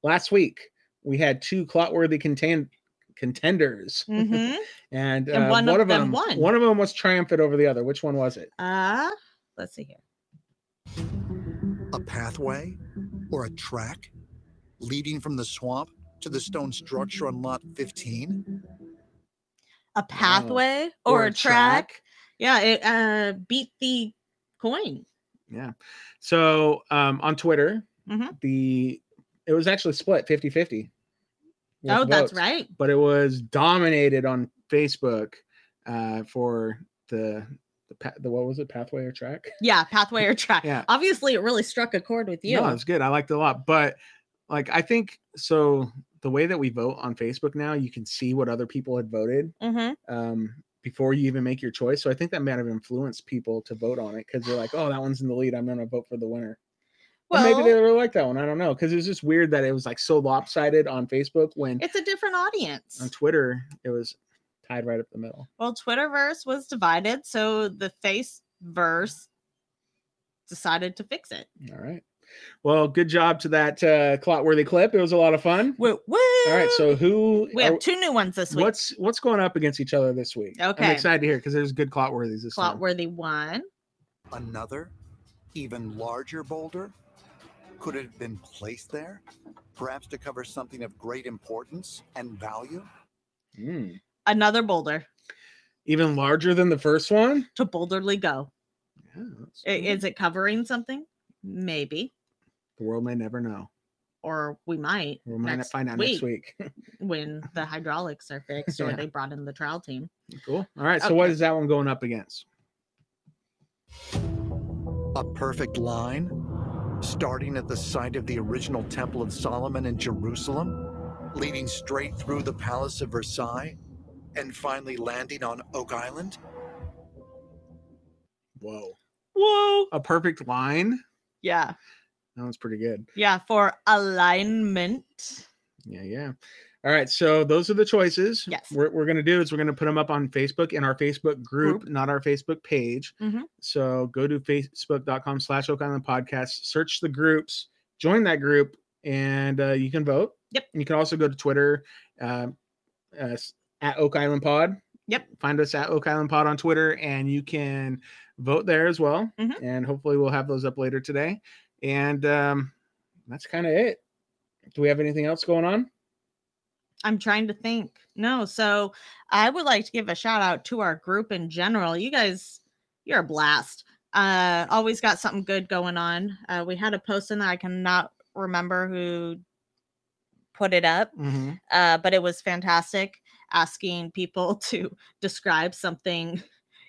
Speaker 1: Last week we had two Clotworthy contend- contenders,
Speaker 2: hmm
Speaker 1: and,
Speaker 2: And
Speaker 1: uh,
Speaker 2: one of them
Speaker 1: them
Speaker 2: won.
Speaker 1: One of them was triumphant over the other. Which one was it?
Speaker 2: uh, let's see here.
Speaker 3: a pathway or a track leading from the swamp to the stone structure on lot 15
Speaker 2: A pathway or, a track.
Speaker 1: track?
Speaker 2: Yeah. It uh, beat the coin.
Speaker 1: Yeah. So um, on Twitter,
Speaker 2: Mhm.
Speaker 1: the it was actually split 50 50.
Speaker 2: oh, that's right.
Speaker 1: But it was dominated on Facebook uh, for the, the, pa- the, what was it, pathway or track?
Speaker 2: Yeah. Pathway or track.
Speaker 1: Yeah.
Speaker 2: Obviously, it really struck a chord with you.
Speaker 1: No, it was good. I liked it a lot. But like, I think so. The way that we vote on Facebook now, you can see what other people had voted
Speaker 2: hmm
Speaker 1: um, before you even make your choice. So I think that might have influenced people to vote on it because they're like, "Oh, that one's in the lead. I'm going to vote for the winner." Well,
Speaker 2: Well,
Speaker 1: maybe they really like that one. I don't know because it was just weird that it was like so lopsided on Facebook when
Speaker 2: it's a different audience.
Speaker 1: on Twitter it was tied right up the middle.
Speaker 2: Well, Twitterverse was divided, so the Faceverse decided to fix it.
Speaker 1: All right. Well, good job to that uh, clotworthy clip. It was a lot of fun.
Speaker 2: Woo, woo!
Speaker 1: All right. So who?
Speaker 2: we
Speaker 1: are-
Speaker 2: have two new ones this week. What's
Speaker 1: what's what's going up against each other this week?
Speaker 2: Okay.
Speaker 1: I'm excited to hear because there's good clotworthies this time.
Speaker 2: Clotworthy one?
Speaker 3: another even larger boulder could it have been placed there perhaps to cover something of great importance and value
Speaker 1: Mm.
Speaker 2: Another boulder
Speaker 1: Even larger than the first one.
Speaker 2: to boulderly go.
Speaker 1: Yeah, that's
Speaker 2: I-
Speaker 1: cool.
Speaker 2: Is it covering something? Maybe,
Speaker 1: the world may never know.
Speaker 2: or we might
Speaker 1: We might
Speaker 2: next
Speaker 1: find out next week.
Speaker 2: when the hydraulics are fixed or
Speaker 1: Yeah.
Speaker 2: they brought in the trial team.
Speaker 1: cool. All right. So what
Speaker 2: Okay.
Speaker 1: is that one going up against?
Speaker 3: a perfect line starting at the site of the original temple of solomon in jerusalem leading straight through the palace of versailles and finally landing on oak island
Speaker 1: Whoa.
Speaker 2: Whoa!
Speaker 1: A perfect line.
Speaker 2: Yeah,
Speaker 1: That one's pretty good.
Speaker 2: yeah. For alignment,
Speaker 1: Yeah, yeah. All right. So those are the choices.
Speaker 2: Yes.
Speaker 1: What we're going to do is we're going to put them up on Facebook in our Facebook group,
Speaker 2: Group.
Speaker 1: not our Facebook page.
Speaker 2: Mhm.
Speaker 1: So go to facebook.com slash Oak Island Podcast, search the groups, join that group, and uh, you can vote.
Speaker 2: Yep.
Speaker 1: You can also go to Twitter uh, uh, s- at Oak Island Pod.
Speaker 2: Yep.
Speaker 1: Find us at Oak Island Pod on Twitter, and you can vote there as well.
Speaker 2: Mhm.
Speaker 1: And hopefully we'll have those up later today. And um, that's kind of it. Do we have anything else going on?
Speaker 2: I'm trying to think. No, so I would like to give a shout out to our group in general. You guys, you're a blast. Uh, always got something good going on. Uh, we had a post in there. I cannot remember who put it up,
Speaker 1: Mm-hmm.
Speaker 2: uh, but it was fantastic. asking people to describe something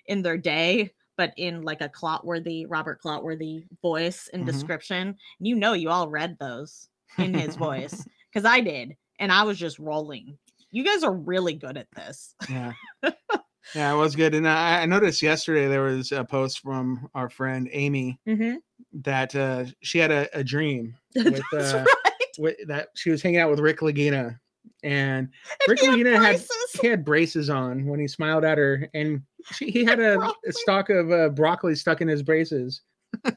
Speaker 2: in their day but in like a clotworthy robert clotworthy voice and
Speaker 1: Mhm.
Speaker 2: description you know you all read those in his voice because i did and i was just rolling you guys are really good at this
Speaker 1: Yeah. Yeah, it was good. And I, I noticed yesterday there was a post from our friend Amy
Speaker 2: mm-hmm.
Speaker 1: that uh, she had a, a dream
Speaker 2: That's
Speaker 1: with, uh,
Speaker 2: right
Speaker 1: with, that she was hanging out with Rick Lagina. And Rick
Speaker 2: He had
Speaker 1: Lagina had
Speaker 2: braces.
Speaker 1: he had braces on when he smiled at her, and she, he had a,
Speaker 2: Broccoli.
Speaker 1: a stalk of uh, broccoli stuck in his braces.
Speaker 2: Well,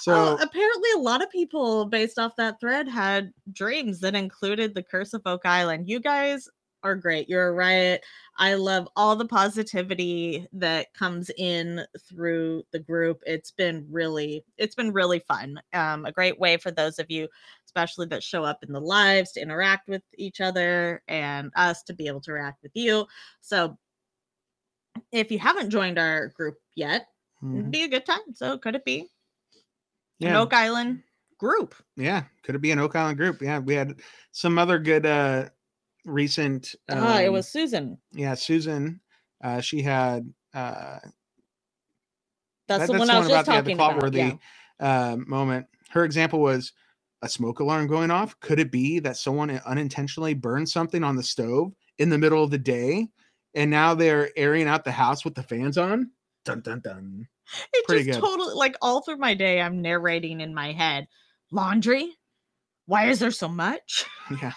Speaker 1: so
Speaker 2: apparently, a lot of people, based off that thread, had dreams that included the curse of Oak Island. You guys are great. You're a riot. I love all the positivity that comes in through the group. It's been really, it's been really fun. Um, a great way for those of you, especially that show up in the lives, to interact with each other and us to be able to react with you. So, if you haven't joined our group yet, it'd
Speaker 1: mhm.
Speaker 2: be a good time. So, could it be?
Speaker 1: yeah,
Speaker 2: an Oak Island group.
Speaker 1: yeah, could it be an Oak Island group? Yeah, we had some other good uh recent.
Speaker 2: Ah, it
Speaker 1: um,
Speaker 2: was Susan.
Speaker 1: yeah, Susan. Uh, she had uh,
Speaker 2: That's
Speaker 1: that-
Speaker 2: the one I was just
Speaker 1: yeah,
Speaker 2: talking about.
Speaker 1: clockworthy,
Speaker 2: yeah.
Speaker 1: uh, moment. Her example was a smoke alarm going off. Could it be that someone unintentionally burned something on the stove in the middle of the day, and now they're airing out the house with the fans on? Dun dun dun.
Speaker 2: It
Speaker 1: pretty
Speaker 2: just
Speaker 1: good.
Speaker 2: totally like all through my day, I'm narrating in my head laundry. Why is there so much?
Speaker 1: Yeah,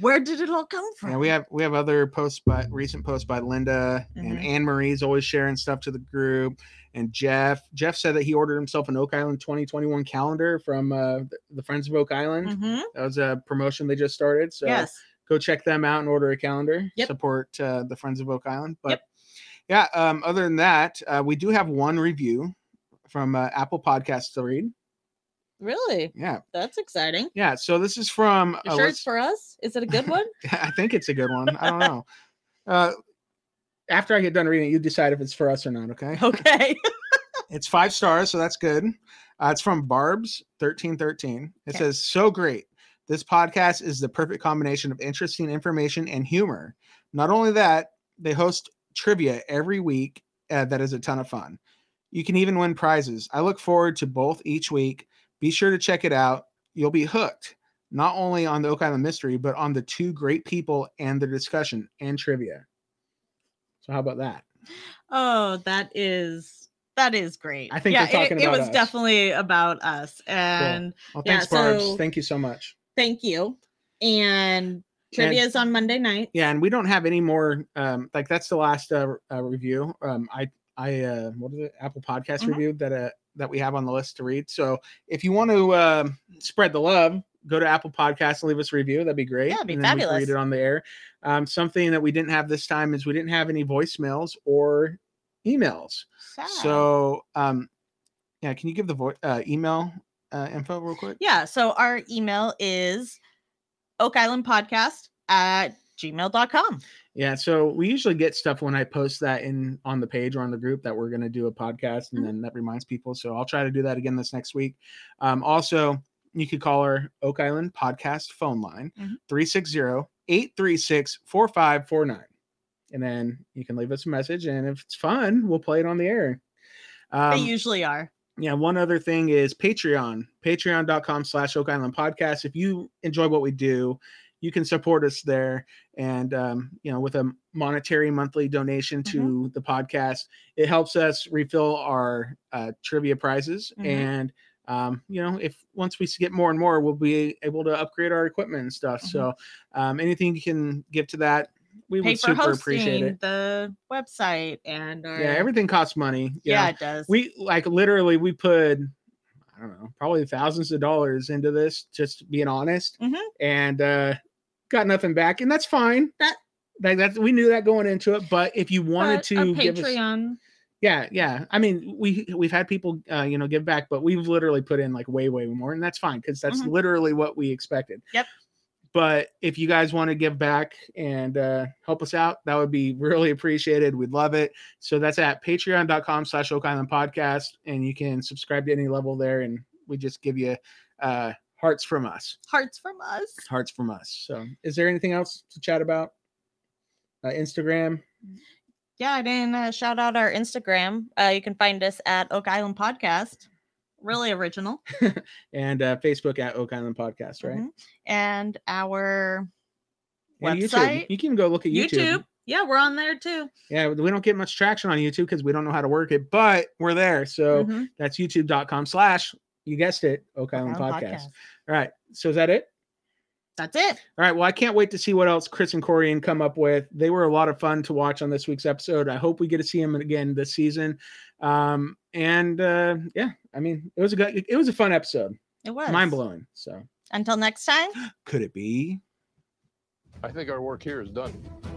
Speaker 2: Where did it all come from?
Speaker 1: yeah. We have we have other posts by recent posts by Linda and
Speaker 2: Mhm.
Speaker 1: Anne Marie's always sharing stuff to the group, and Jeff. Jeff said that he ordered himself an Oak Island 2021 calendar from uh, the- the Friends of Oak Island.
Speaker 2: Mhm,
Speaker 1: That was a promotion they just started. So
Speaker 2: Yes.
Speaker 1: go check them out and order a calendar.
Speaker 2: Yep.
Speaker 1: Support uh, the Friends of Oak Island. But
Speaker 2: Yep.
Speaker 1: yeah, um, other than that, uh, we do have one review from uh, Apple Podcasts to read.
Speaker 2: Really?
Speaker 1: Yeah,
Speaker 2: That's exciting.
Speaker 1: yeah. So this is from.
Speaker 2: You
Speaker 1: uh,
Speaker 2: sure it's
Speaker 1: let's-
Speaker 2: for us? Is it a good one?
Speaker 1: I think it's a good one. I don't know. Uh, after I get done reading it, you decide if it's for us or not. Okay.
Speaker 2: okay.
Speaker 1: It's five stars, so that's good. Uh, it's from Barb's thirteen thirteen. It
Speaker 2: Okay.
Speaker 1: says, "So great! This podcast is the perfect combination of interesting information and humor. Not only that, they host trivia every week. Uh, that is a ton of fun. You can even win prizes. I look forward to both each week. Be sure to check it out. You'll be hooked." Not only on the Oak Island mystery, but on the two great people and their discussion and trivia. So, how about that?
Speaker 2: Oh, that is that is great.
Speaker 1: I think
Speaker 2: yeah,
Speaker 1: they're talking
Speaker 2: it, it
Speaker 1: about
Speaker 2: was
Speaker 1: us.
Speaker 2: definitely about us. And
Speaker 1: Well,
Speaker 2: Yeah,
Speaker 1: thanks, Barb's.
Speaker 2: so-
Speaker 1: Thank you so much.
Speaker 2: thank you. And trivia is on Monday night.
Speaker 1: yeah and we don't have any more um like that's the last uh, r- uh review um i i uh what is it apple podcast
Speaker 2: Mhm.
Speaker 1: review that uh that we have on the list to read so if you want to uh, spread the love go to apple podcast and leave us a review that'd be great
Speaker 2: Yeah, it'd be
Speaker 1: and then we can
Speaker 2: fabulous.
Speaker 1: read it on the air um something that we didn't have this time is we didn't have any voicemails or emails
Speaker 2: Sad.
Speaker 1: so um yeah can you give the vo- uh, email uh, info real quick
Speaker 2: Yeah. So our email is Oak Island Podcast at gmail.com.
Speaker 1: Yeah, so we usually get stuff when I post that in on the page or on the group that we're going to do a podcast, and
Speaker 2: Mhm.
Speaker 1: then that reminds people. So I'll try to do that again this next week. Um, also, you could call our Oak Island podcast phone line
Speaker 2: Mhm.
Speaker 1: 360 836 4549. And then you can leave us a message, and if it's fun, we'll play it on the air.
Speaker 2: They
Speaker 1: Um,
Speaker 2: usually are.
Speaker 1: yeah one other thing is patreon patreon.com slash oak island podcast if you enjoy what we do you can support us there and um, you know with a monetary monthly donation to
Speaker 2: Mm-hmm.
Speaker 1: the podcast it helps us refill our uh, trivia prizes
Speaker 2: Mhm.
Speaker 1: and um, you know if once we get more and more we'll be able to upgrade our equipment and stuff so um, anything you can give to that we
Speaker 2: Mm-hmm. Pay
Speaker 1: would
Speaker 2: for
Speaker 1: super appreciate
Speaker 2: hosting
Speaker 1: it
Speaker 2: the website and our.
Speaker 1: yeah everything costs money you know?
Speaker 2: yeah, it does.
Speaker 1: we like literally we put i don't know probably thousands of dollars into this just being honest
Speaker 2: Mhm.
Speaker 1: and uh got nothing back and that's fine
Speaker 2: That-
Speaker 1: like that's we knew that going into it but if you wanted
Speaker 2: But
Speaker 1: to
Speaker 2: a
Speaker 1: give us
Speaker 2: Patreon.
Speaker 1: yeah yeah i mean we we've had people uh, you know give back but we've literally put in like way way more and that's fine because that's
Speaker 2: Mhm.
Speaker 1: literally what we expected
Speaker 2: Yep.
Speaker 1: but if you guys want to give back and uh, help us out that would be really appreciated we'd love it so that's at patreon.com slash oak island podcast and you can subscribe to any level there and we just give you uh, hearts from us
Speaker 2: Hearts from us.
Speaker 1: hearts from us so is there anything else to chat about uh, Instagram.
Speaker 2: Yeah, I didn't uh, shout out our Instagram. Uh, you can find us at Oak Island Podcast. Really original.
Speaker 1: and uh, Facebook at Oak Island Podcast, right?
Speaker 2: Mhm. And our
Speaker 1: And YouTube.
Speaker 2: Website.
Speaker 1: You can go look at
Speaker 2: YouTube.
Speaker 1: YouTube.
Speaker 2: Yeah, we're on there too.
Speaker 1: Yeah, we don't get much traction on YouTube because we don't know how to work it, but we're there. So
Speaker 2: Mhm.
Speaker 1: that's youtube.com slash, you guessed it, Oak Island
Speaker 2: Island
Speaker 1: Podcast. All right. So is that it?
Speaker 2: That's it.
Speaker 1: All right. Well, I can't wait to see what else Chris and Corian come up with. They were a lot of fun to watch on this week's episode. I hope we get to see them again this season. Um, and uh, yeah, I mean, it was a good, it was a fun episode,
Speaker 2: It was
Speaker 1: mind blowing. So
Speaker 2: Until next time.
Speaker 1: could it be?
Speaker 4: I think our work here is done.